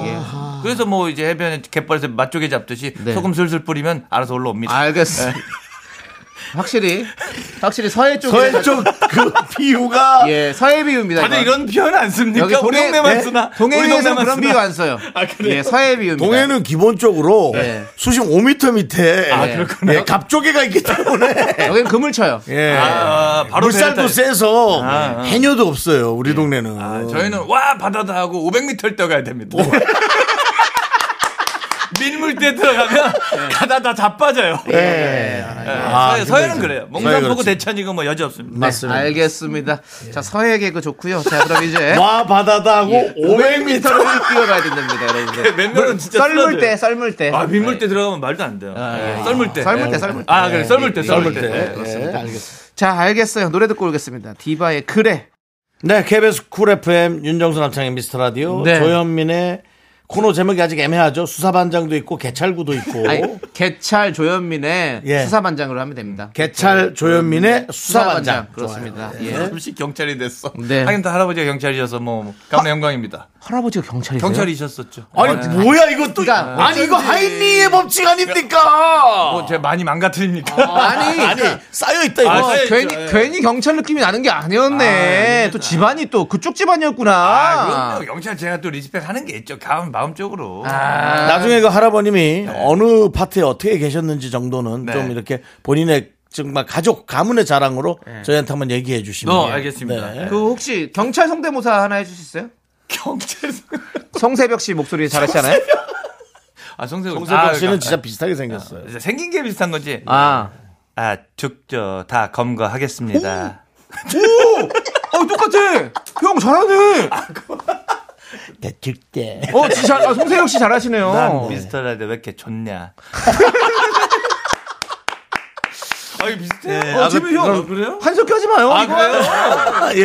Speaker 10: 그래서 뭐 이제 해변에 갯벌에서 맛조개 잡듯이
Speaker 4: 네.
Speaker 10: 소금 슬슬 뿌리면 알아서 올라옵니다.
Speaker 4: 알겠어.
Speaker 3: 네.
Speaker 4: 확실히 확실히 서해 쪽에
Speaker 3: 서해 쪽그 비유가
Speaker 4: 예 서해 비유입니다.
Speaker 10: 다들
Speaker 4: 이건.
Speaker 10: 이런 표현 안 씁니까?
Speaker 4: 여기
Speaker 10: 우리
Speaker 4: 동해-
Speaker 10: 그러니까 동네만
Speaker 4: 네?
Speaker 10: 쓰나? 우리
Speaker 4: 동해에서
Speaker 10: 동네만
Speaker 4: 그런
Speaker 10: 쓰나?
Speaker 4: 비유 안 써요. 예 서해 비유입니다.
Speaker 3: 동해는 기본적으로
Speaker 4: 네.
Speaker 3: 수심 5m 밑에
Speaker 4: 아, 그렇구나.
Speaker 3: 예, 갑조개가 있기 때문에
Speaker 4: 여기는 금을 쳐요. 네,
Speaker 3: 예.
Speaker 10: 아, 바로
Speaker 3: 물살도
Speaker 10: 내렸다.
Speaker 3: 세서
Speaker 10: 아, 아.
Speaker 3: 해녀도 없어요 우리 동네는.
Speaker 10: 아, 저희는 와 바다다 하고 500m를 떠가야 됩니다. 밀물대 들어가면 가다다 자빠져요.
Speaker 3: 예. 아,
Speaker 10: 예. 서해, 서해는 그래요.
Speaker 3: 서해
Speaker 10: 몽산 보고
Speaker 3: 그렇지.
Speaker 10: 대천 이거 뭐 여지 없습니다.
Speaker 3: 맞습니다.
Speaker 4: 아, 예. 알겠습니다. 자 서해 개그 좋고요. 자 그럼 이제
Speaker 3: 와 바다다 하고 500m를
Speaker 4: 썰을 뛰어가야 된답니다, 여러분들.
Speaker 10: 몇 명은 진짜
Speaker 4: 썰물
Speaker 10: 쓰러져요.
Speaker 4: 때, 썰물 때.
Speaker 10: 아 밀물대 들어가면 말도 안 돼요. 예, 썰물 때.
Speaker 4: 썰물 때,
Speaker 10: 예.
Speaker 4: 썰물 때.
Speaker 10: 아 그래 썰물 때, 썰물 때.
Speaker 3: 네,
Speaker 10: 예.
Speaker 3: 네, 알겠습니다.
Speaker 4: 자, 알겠어요. 노래 듣고 오겠습니다. 디바의 그래.
Speaker 3: 네, KBS 쿨 FM 윤정수 남창의 미스터 라디오
Speaker 4: 네.
Speaker 3: 조현민의 코너 제목이 아직 애매하죠. 수사반장도 있고 개찰구도 있고
Speaker 4: 아니, 개찰 조현민의
Speaker 3: 예.
Speaker 4: 수사반장으로 하면 됩니다.
Speaker 3: 개찰 조현민의 수사반장
Speaker 4: 그렇습니다.
Speaker 3: 좋아요.
Speaker 4: 예.
Speaker 10: 잠시 네. 경찰이 됐어.
Speaker 4: 네.
Speaker 10: 하긴 다 할아버지가 경찰이셔서 뭐 감내 영광입니다.
Speaker 4: 할아버지가 경찰이세요?
Speaker 10: 경찰이셨었죠.
Speaker 3: 아니 뭐야 이거 또
Speaker 4: 그러니까
Speaker 3: 아니 이거 하인리의 법칙 아닙니까?
Speaker 10: 뭐 제가 많이 망가뜨립니까?
Speaker 4: 아니,
Speaker 3: 아니 쌓여 있다 이거.
Speaker 10: 아,
Speaker 4: 어,
Speaker 10: 쌓여있죠.
Speaker 4: 괜히,
Speaker 10: 예.
Speaker 4: 괜히 경찰 느낌이 나는 게 아니었네. 또 집안이 또 그쪽 집안이었구나.
Speaker 10: 아, 그럼요. 경찰 제가 또 리스펙 하는 게 있죠. 감, 마음적으로.
Speaker 4: 아,
Speaker 3: 나중에 그 할아버님이 어느 파트에 어떻게 계셨는지 정도는
Speaker 10: 네.
Speaker 3: 좀 이렇게 본인의 정말 가족 가문의 자랑으로 저희한테 한번 얘기해 주시면.
Speaker 10: 네. 어, 알겠습니다.
Speaker 3: 네.
Speaker 4: 그 혹시 경찰 성대모사 하나 해줄 수 있어요?
Speaker 10: 경찰.
Speaker 4: 성세벽 씨 목소리 잘하시잖아요.
Speaker 10: 아, 성세경
Speaker 3: 홍세덕 씨는 진짜 비슷하게 생겼어요.
Speaker 10: 생긴 게 비슷한 거지. 아,
Speaker 4: 아,
Speaker 10: 죽죠. 다 검거하겠습니다.
Speaker 4: 어 똑같아. 형 잘하네.
Speaker 3: 대출 때.
Speaker 4: 어, 진짜 잘- 아, 송세혁 씨
Speaker 10: 난
Speaker 4: 잘하시네요.
Speaker 10: 미스터 라디오 왜 이렇게 좋냐. 아이, 비슷해.
Speaker 3: 아, 그- 그럼-
Speaker 10: 그래요?
Speaker 4: 어, 한석 하지 마요.
Speaker 10: 아,
Speaker 4: 이거.
Speaker 10: 그래요?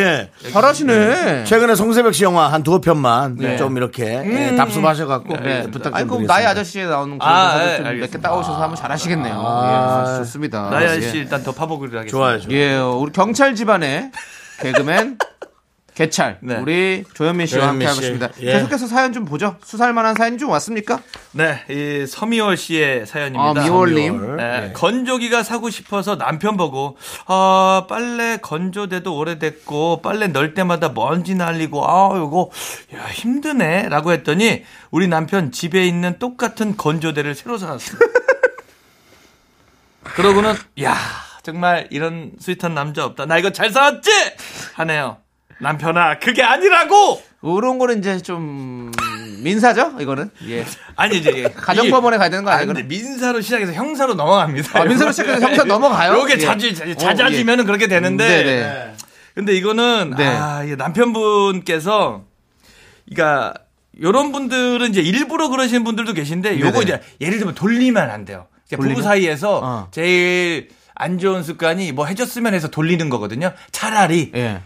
Speaker 3: 예.
Speaker 4: 잘하시네.
Speaker 3: 최근에 송세벽 씨 영화 한 두어 편만
Speaker 10: 네.
Speaker 3: 좀 이렇게 예, 답습하셔갖고 예, 부탁 좀
Speaker 4: 네. 아니, 그럼
Speaker 3: 드리겠습니다.
Speaker 4: 나의 아저씨에 나오는 그런
Speaker 10: 아,
Speaker 4: 가사들
Speaker 10: 예,
Speaker 4: 좀 몇 개
Speaker 10: 알겠습니다. 아,
Speaker 4: 따오셔서 한번 잘하시겠네요. 예, 좋습니다.
Speaker 10: 나야 씨
Speaker 4: 예.
Speaker 10: 일단 더 파보기로 하겠습니다.
Speaker 3: 좋아요. 좋아요.
Speaker 4: 예, 우리 경찰 집안의 개그맨 개찰. 우리 조현민 씨와
Speaker 10: 네. 조현민
Speaker 4: 함께 하고
Speaker 10: 씨.
Speaker 4: 있습니다.
Speaker 10: 예.
Speaker 4: 계속해서 사연 좀 보죠. 수사할 만한 사연이 좀 왔습니까?
Speaker 10: 네, 이 서미월 씨의 사연입니다.
Speaker 4: 아, 미월님.
Speaker 10: 서미월. 네, 건조기가 사고 싶어서 남편 보고 아 빨래 건조돼도 오래됐고 빨래 넣을 때마다 먼지 날리고 아 이거 야 힘드네라고 했더니 우리 남편 집에 있는 똑같은 건조대를 새로 사놨어요. 그러고는 야 정말 이런 스윗한 남자 없다. 나 이거 잘 사왔지 하네요. 남편아 그게 아니라고.
Speaker 4: 이런 거는 이제 좀 민사죠? 이거는 예.
Speaker 10: 아니 이제 예.
Speaker 4: 가정법원에 가야 되는 거 아니에요?
Speaker 10: 아니, 근데 민사로 시작해서 형사로 넘어갑니다.
Speaker 4: 아, 민사로 시작해서 형사 넘어가요?
Speaker 10: 요게
Speaker 4: 예.
Speaker 10: 자주 잦아지면은
Speaker 4: 어, 예.
Speaker 10: 그렇게 되는데.
Speaker 4: 음, 네네. 네.
Speaker 10: 근데 이거는 아, 이 남편분께서 그러니까 요런 분들은 이제 일부러 그러시는 분들도 계신데 요거
Speaker 4: 네네.
Speaker 10: 이제 예를 들면 돌리면 안 돼요. 이제 부부
Speaker 4: 돌리면? 어.
Speaker 10: 사이에서 제일 안 좋은 습관이 뭐 해줬으면 해서 돌리는 거거든요. 차라리
Speaker 4: 예.
Speaker 3: 예.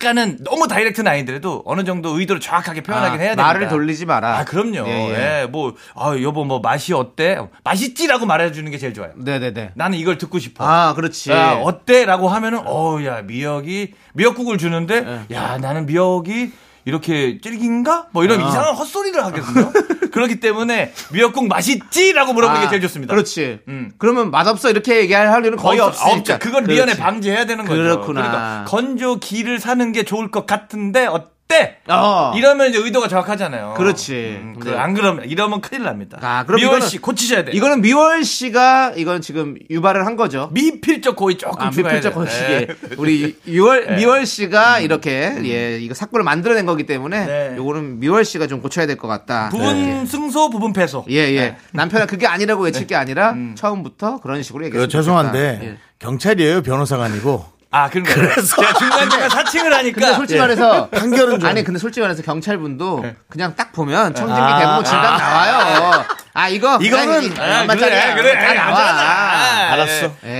Speaker 10: 약간은 너무 다이렉트는 아니더라도 어느 정도 의도를 정확하게 표현하긴
Speaker 4: 아,
Speaker 10: 해야 됩니다.
Speaker 4: 말을 돌리지 마라.
Speaker 10: 아, 그럼요.
Speaker 4: 예,
Speaker 10: 예,
Speaker 4: 예.
Speaker 10: 뭐, 아, 여보, 뭐, 맛이 어때? 맛있지라고 말해주는 게 제일 좋아요.
Speaker 4: 네네네.
Speaker 10: 나는 이걸 듣고 싶어.
Speaker 4: 아, 그렇지.
Speaker 10: 야, 어때라고 하면은, 어, 야, 미역이, 미역국을 주는데,
Speaker 4: 예.
Speaker 10: 야, 나는 미역이 이렇게 질긴가? 뭐 이런
Speaker 4: 아.
Speaker 10: 이상한 헛소리를 하거든요. 그렇기 때문에, 미역국 맛있지라고 물어보는 게
Speaker 4: 아,
Speaker 10: 제일 좋습니다. 음.
Speaker 4: 그렇지. 그러면 맛없어 이렇게 얘기할 할일은 거의
Speaker 10: 없-
Speaker 4: 없으니까.
Speaker 10: 없죠. 그건 미연에 방지해야 되는 거죠.
Speaker 4: 그렇구나.
Speaker 10: 그러니까 건조기를 사는 게 좋을 것 같은데 어때?
Speaker 4: 어.
Speaker 10: 이러면 이제 의도가 정확하잖아요.
Speaker 4: 그렇지.
Speaker 10: 음, 그,
Speaker 4: 근데-
Speaker 10: 안 그러면 이러면 큰일 납니다.
Speaker 4: 아, 그럼
Speaker 10: 미월
Speaker 4: 이거는-
Speaker 10: 씨 고치셔야 돼.
Speaker 4: 이거는 미월 씨가 이건 지금 유발을 한 거죠.
Speaker 10: 미필적 고의 조금
Speaker 4: 아,
Speaker 10: 추가해야
Speaker 4: 미필적
Speaker 10: 돼요.
Speaker 4: 고의시기.
Speaker 10: 네.
Speaker 4: 우리 유월
Speaker 10: 네. 음.
Speaker 4: 미월 씨가 이렇게 예 이거 사건을 만들어낸 거기 때문에 요거는 미월 씨가 좀 고쳐야 될 것 같다.
Speaker 10: 네. 부분 네. 승소, 부분 패소.
Speaker 4: 네. 예 예. 남편은 그게 아니라고
Speaker 10: 네.
Speaker 4: 외칠 게 아니라 처음부터 그런 식으로 얘기했습니다. 예.
Speaker 3: 그, 죄송한데 경찰이에요 변호사가 아니고
Speaker 10: 아, 그런 거예요. 제가 중간중간 사칭을 하니까.
Speaker 4: 근데 솔직히 말해서
Speaker 3: 예. 판결은 좀-
Speaker 4: 아니 근데 솔직히 말해서 경찰분도
Speaker 10: 네.
Speaker 4: 그냥 딱 보면 청진기
Speaker 3: 아,
Speaker 4: 대부분 진단
Speaker 3: 아.
Speaker 4: 나와요. 아 이거
Speaker 10: 이거는- 아,
Speaker 4: 얼마
Speaker 10: 그래, 그래,
Speaker 4: 다
Speaker 10: 그래,
Speaker 4: 나와.
Speaker 10: 하잖아.
Speaker 4: 알았어. 예.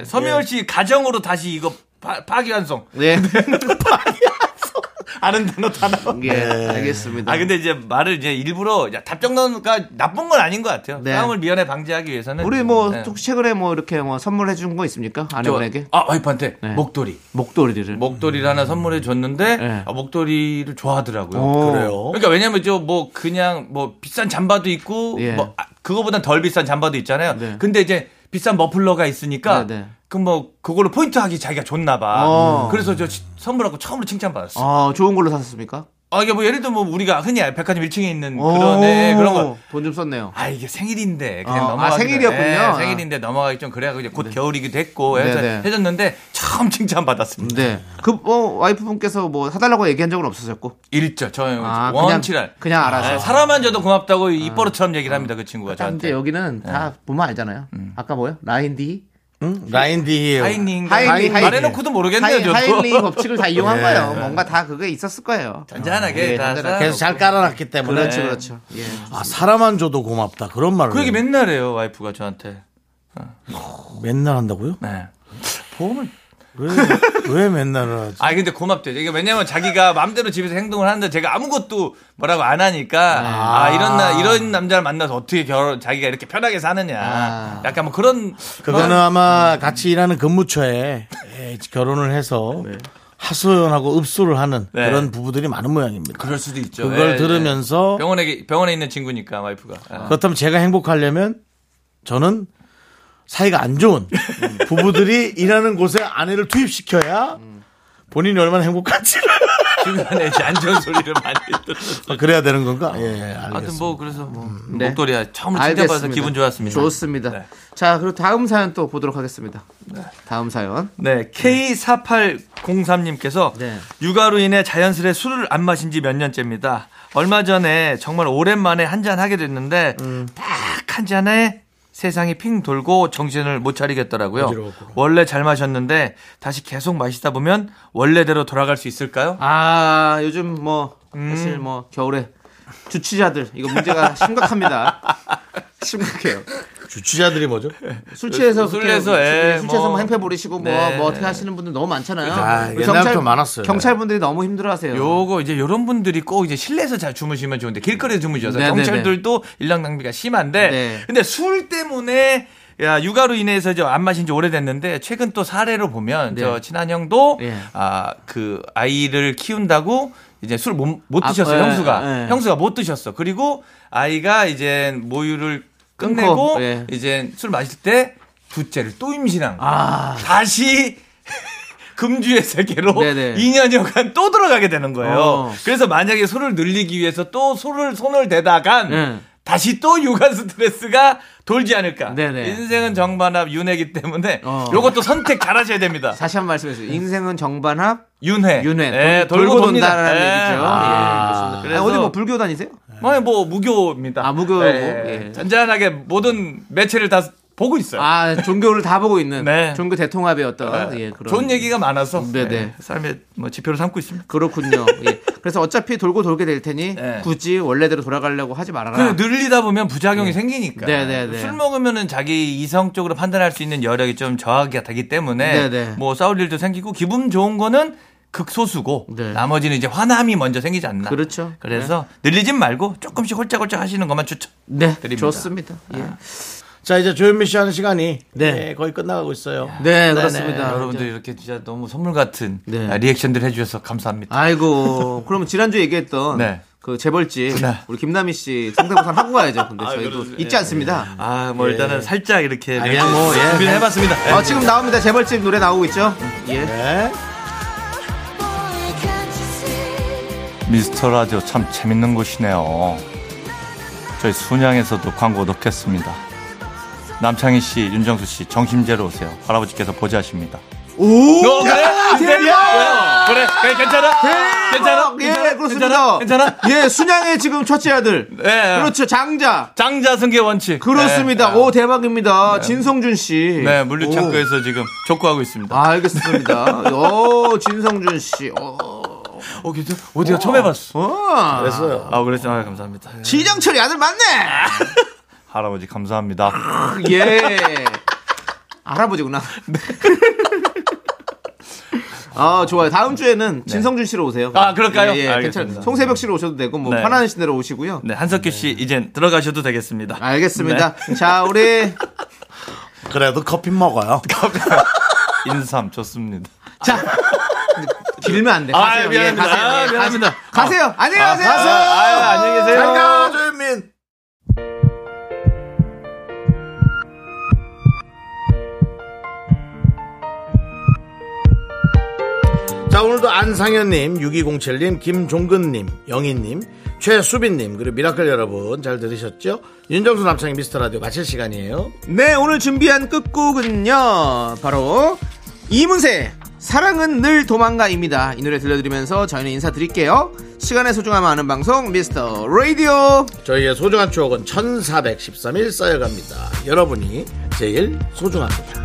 Speaker 10: 예. 서미월 씨 가정으로 다시 이거 파, 파기환송.
Speaker 4: 예.
Speaker 10: 네. 아는 단어 다 나와.
Speaker 4: 예, 알겠습니다.
Speaker 10: 아 근데 이제 말을 이제 일부러 야, 답정 넣으니까 나쁜 건 아닌 것 같아요.
Speaker 4: 네.
Speaker 10: 싸움을 미연에 방지하기 위해서는
Speaker 4: 우리 뭐
Speaker 10: 네.
Speaker 4: 혹시 최근에 뭐 이렇게 뭐 선물해 준 거 있습니까? 아내분에게? 네.
Speaker 10: 아 와이프한테 목도리.
Speaker 4: 목도리를
Speaker 10: 목도리를 하나 선물해 줬는데
Speaker 4: 예.
Speaker 10: 아, 목도리를 좋아하더라고요.
Speaker 4: 오. 그래요?
Speaker 10: 그러니까 왜냐면 저 뭐 그냥 뭐 비싼 잠바도 있고
Speaker 4: 예.
Speaker 10: 뭐 아, 그거보단 덜 비싼 잠바도 있잖아요. 근데 이제 비싼 머플러가 있으니까
Speaker 4: 네, 네.
Speaker 10: 그 뭐 그걸로 포인트 하기 자기가 줬나 봐.
Speaker 4: 어.
Speaker 10: 그래서 저 시- 선물하고 처음으로 칭찬받았어.
Speaker 4: 아, 좋은 걸로 샀습니까?
Speaker 10: 아, 이게 뭐 예를 들면 뭐 우리가 흔히 알- 백화점 1층에 있는
Speaker 4: 오.
Speaker 10: 음, 그런 애, 그런 거.
Speaker 4: 돈좀 썼네요.
Speaker 10: 아, 이게 생일인데 그냥
Speaker 4: 어, 아,
Speaker 10: 넘어가.
Speaker 4: 생일이었군요. 아.
Speaker 10: 생일인데 넘어가기 좀 그래가지고 이제 곧 겨울이기도 했고 해서
Speaker 4: 네, 네.
Speaker 10: 해줬는데 처음 칭찬받았습니다.
Speaker 4: 네. 그, 뭐, 와이프분께서 뭐 사달라고 얘기한 적은 없으셨고.
Speaker 10: 일절 저는
Speaker 4: 아, 그냥-
Speaker 10: 어, 원칠할
Speaker 4: 그냥 알아서.
Speaker 10: 네,
Speaker 4: 음.
Speaker 10: 사람만 줘도 고맙다고 입버릇처럼 얘기를 합니다 그 친구가
Speaker 4: 딱 이제
Speaker 10: 저한테
Speaker 4: 여기는 다
Speaker 10: 네.
Speaker 4: 보면 알잖아요.
Speaker 10: 음.
Speaker 4: 아까 뭐요? 라인 D? 응?
Speaker 3: 라인 D예요.
Speaker 10: 하이닝
Speaker 4: 하이닝, 하이닝.
Speaker 10: 말해놓고도 모르겠네요 저도.
Speaker 4: 하이닝 법칙을 다 이용한
Speaker 10: 예.
Speaker 4: 거예요. 뭔가 다 그게 있었을 거예요.
Speaker 10: 잔잔하게 다 네.
Speaker 4: 잔잔하게.
Speaker 3: 계속 잘 깔아놨기 때문에
Speaker 4: 그렇죠, 그렇죠. 예.
Speaker 3: 아 사람만 줘도 고맙다 그런 말을
Speaker 10: 그 얘기
Speaker 3: 해요.
Speaker 10: 맨날 해요 와이프가 저한테
Speaker 3: 맨날 한다고요?
Speaker 10: 네.
Speaker 3: 보험을 왜, 왜 맨날 하지?
Speaker 10: 아 근데 고맙대요 이게 왜냐면 자기가 마음대로 집에서 행동을 하는데 제가 아무것도 뭐라고 안 하니까 아, 이런 나 이런 남자를 만나서 어떻게 결혼 자기가 이렇게 편하게 사느냐
Speaker 4: 아.
Speaker 10: 약간 뭐 그런
Speaker 3: 그거는 아마 같이 일하는 근무처에 예, 결혼을 해서 하소연하고 읍소를 하는
Speaker 10: 네.
Speaker 3: 그런 부부들이 많은 모양입니다.
Speaker 10: 그럴 수도 있죠
Speaker 3: 그걸
Speaker 10: 예, 예.
Speaker 3: 들으면서
Speaker 10: 병원에 병원에 있는 친구니까 와이프가 아.
Speaker 3: 그렇다면 제가 행복하려면 저는 사이가 안 좋은
Speaker 10: 음.
Speaker 3: 부부들이 일하는 곳에 아내를 투입시켜야
Speaker 10: 음.
Speaker 3: 본인이 얼마나 행복한지
Speaker 10: 중간에 이제 안 좋은 소리를 많이 들었어요.
Speaker 3: 그래야 되는 건가? 예, 예,
Speaker 10: 하여튼
Speaker 3: 알겠습니다.
Speaker 10: 뭐 그래서 뭐
Speaker 4: 네.
Speaker 10: 목도리야 처음으로 칭찬받아서
Speaker 4: 알겠습니다.
Speaker 10: 기분 좋았습니다.
Speaker 4: 좋습니다.
Speaker 10: 네.
Speaker 4: 자, 그리고 다음 사연 또 보도록 하겠습니다. 다음 사연.
Speaker 10: 네, K4803님께서
Speaker 4: 네.
Speaker 10: 육아로 인해 자연스레 술을 안 마신 지 몇 년째입니다. 얼마 전에 정말 오랜만에 한 잔 하게 됐는데
Speaker 4: 음.
Speaker 10: 딱 한 잔에 세상이 핑 돌고 정신을 못 차리겠더라고요.
Speaker 4: 어지러웠구나.
Speaker 10: 원래 잘 마셨는데 다시 계속 마시다 보면 원래대로 돌아갈 수 있을까요?
Speaker 4: 아, 요즘 뭐,
Speaker 10: 음.
Speaker 4: 사실 뭐, 겨울에 주취자들, 이거 문제가 심각합니다. 심각해요.
Speaker 3: 주취자들이 뭐죠?
Speaker 4: 술 취해서
Speaker 10: 술
Speaker 4: 그렇게
Speaker 10: 내서, 예,
Speaker 4: 술 취해서
Speaker 10: 뭐.
Speaker 4: 뭐 행패 부리시고 뭐,
Speaker 10: 네.
Speaker 4: 뭐 어떻게 하시는 분들 너무 많잖아요.
Speaker 3: 아,
Speaker 4: 우리
Speaker 3: 옛날부터 많았어요.
Speaker 4: 경찰분들이 너무 힘들어하세요.
Speaker 10: 요거 이제 요런 분들이 꼭 이제 실내에서 잘 주무시면 좋은데 길거리에 주무셔서
Speaker 4: 네, 네네네.
Speaker 10: 경찰들도 인력 낭비가 심한데
Speaker 4: 네.
Speaker 10: 근데 술 때문에 야, 육아로 인해서 저 안 마신 지 오래됐는데 최근 또 사례로 보면
Speaker 4: 네.
Speaker 10: 저 친한 형도
Speaker 4: 예.
Speaker 10: 아, 그 아이를 키운다고 이제 술 못 못
Speaker 4: 아,
Speaker 10: 드셨어
Speaker 4: 예,
Speaker 10: 형수가
Speaker 4: 예.
Speaker 10: 형수가 못 드셨어 그리고 아이가 이제 모유를 끝내고
Speaker 4: 끊고, 예.
Speaker 10: 이제 술 마실 때 둘째를 또 임신한 거 다시 금주의 세계로
Speaker 4: 네네.
Speaker 10: 2년여간 또 들어가게 되는 거예요.
Speaker 4: 어.
Speaker 10: 그래서 만약에 소를 늘리기 위해서 또 소를 손을 대다간
Speaker 4: 네.
Speaker 10: 다시 또 육아 스트레스가 돌지 않을까.
Speaker 4: 네네.
Speaker 10: 인생은 정반합 윤회기 때문에
Speaker 4: 어.
Speaker 10: 요것도 선택 잘 하셔야 됩니다.
Speaker 4: 다시 한 말씀해주세요. 인생은 정반합,
Speaker 10: 윤회.
Speaker 4: 윤회.
Speaker 10: 예,
Speaker 4: 돌, 돌고
Speaker 10: 돕니다.
Speaker 4: 돈다라는
Speaker 10: 예.
Speaker 4: 얘기죠. 예, 그렇습니다.
Speaker 10: 그래서-
Speaker 4: 아, 어디 뭐 불교 다니세요?
Speaker 10: 아니, 뭐 무교입니다. 네.
Speaker 4: 아, 무교고. 예.
Speaker 10: 잔잔하게 모든 매체를 다 보고 있어요.
Speaker 4: 아, 종교를 다 보고 있는
Speaker 10: 네.
Speaker 4: 종교 대통합의 어떤
Speaker 10: 예,
Speaker 4: 예, 그런
Speaker 10: 좋은 얘기가 많아서
Speaker 4: 네네.
Speaker 10: 예, 삶의 뭐 지표를 삼고 있습니다.
Speaker 4: 그렇군요. 예. 그래서 어차피 돌고 돌게 될 테니
Speaker 10: 네.
Speaker 4: 굳이 원래대로 돌아가려고 하지
Speaker 10: 그
Speaker 4: 말아라.
Speaker 10: 늘리다 보면 부작용이 생기니까
Speaker 4: 네네네.
Speaker 10: 술 먹으면은 자기 이성적으로 판단할 수 있는 여력이 좀 저하가 되기 때문에
Speaker 4: 네네.
Speaker 10: 뭐 싸울 일도 생기고 기분 좋은 거는 극소수고
Speaker 4: 네.
Speaker 10: 나머지는 이제 화남이 먼저 생기지 않나.
Speaker 4: 그렇죠.
Speaker 10: 래서 늘리진 말고 조금씩 홀짝홀짝 하시는 것만 추천.
Speaker 4: 네,
Speaker 10: 드립니다. 아.
Speaker 4: 좋습니다. 예.
Speaker 3: 자 이제 조현미 씨 하는 시간이
Speaker 4: 네.
Speaker 3: 네, 거의 끝나가고 있어요.
Speaker 4: 네,
Speaker 10: 네,
Speaker 4: 그렇습니다.
Speaker 10: 여러분들 이렇게 진짜 너무 선물 같은
Speaker 4: 네.
Speaker 10: 아, 리액션들 해주셔서 감사합니다.
Speaker 4: 아이고, 그러면 지난주에 얘기했던
Speaker 10: 네.
Speaker 4: 그 재벌집
Speaker 10: 네.
Speaker 4: 우리 김남희 씨 상대모사 하고 가야죠. 근데 저희도 잊지 않습니다.
Speaker 10: 아 뭐 일단은 살짝 이렇게
Speaker 4: 아, 그냥 뭐, 예.
Speaker 10: 준비를 해봤습니다.
Speaker 4: 어, 지금 나옵니다. 재벌집 노래 나오고 있죠? 예.
Speaker 3: 네.
Speaker 10: 미스터 라디오 참 재밌는 곳이네요. 저희 순양에서도 광고 넣겠습니다. 남창희 씨, 윤정수 씨, 정심제로 오세요. 할아버지께서 보좌하십니다. 오! 어, 그래? 대박! 그래, 그래, 괜찮아? 괜찮아?
Speaker 4: 예, 그렇습니다.
Speaker 10: 괜찮아? 괜찮아?
Speaker 4: 예, 순양의 지금 첫째 아들.
Speaker 10: 네.
Speaker 4: 그렇죠, 장자.
Speaker 10: 장자승계 원칙.
Speaker 4: 그렇습니다.
Speaker 10: 네,
Speaker 4: 오, 대박입니다. 진성준 씨.
Speaker 10: 네, 물류창고에서 지금 족구하고 있습니다.
Speaker 4: 아, 알겠습니다. 오, 진성준 씨. 오.
Speaker 10: 어, 괜찮아? 어디가 처음 해봤어.
Speaker 4: 와.
Speaker 3: 됐어요.
Speaker 10: 아, 그랬어. 아, 감사합니다.
Speaker 4: 지정철이 아들 맞네!
Speaker 10: 할아버지, 감사합니다.
Speaker 4: 예. 할아버지구나.
Speaker 10: 네.
Speaker 4: 아, 좋아요. 다음 주에는 진성준 씨로 오세요.
Speaker 10: 네. 아, 그럴까요?
Speaker 4: 예, 예
Speaker 10: 알겠습니다.
Speaker 4: 괜찮아요. 송세벽 씨로 오셔도 되고, 뭐,
Speaker 10: 네.
Speaker 4: 편안한 시대로 오시고요.
Speaker 10: 네, 한석규 씨, 이젠 들어가셔도 되겠습니다.
Speaker 4: 알겠습니다. 자, 우리
Speaker 3: 그래도 커피 먹어요.
Speaker 10: 인삼, 좋습니다.
Speaker 4: 자 길면 안 돼. 가세요.
Speaker 10: 아, 미안합니다.
Speaker 4: 예, 가세요.
Speaker 10: 아,
Speaker 4: 예,
Speaker 10: 미안합니다.
Speaker 4: 가세요. 가세요. 안녕히
Speaker 10: 아,
Speaker 4: 가세요.
Speaker 10: 가세요. 아유, 안녕히 계세요.
Speaker 3: 안녕 조현민. 자 오늘도 안상현님, 6207님, 김종근님, 영희님, 최수빈님 그리고 미라클 여러분 잘 들으셨죠? 윤정수 남창희 미스터 라디오 마칠 시간이에요.
Speaker 4: 네, 오늘 준비한 끝곡은요. 바로 이문세 사랑은 늘 도망가입니다. 이 노래 들려드리면서 저희는 인사드릴게요. 시간의 소중함 아는 방송 미스터 라디오.
Speaker 3: 저희의 소중한 추억은 1413일 쌓여갑니다. 여러분이 제일 소중합니다.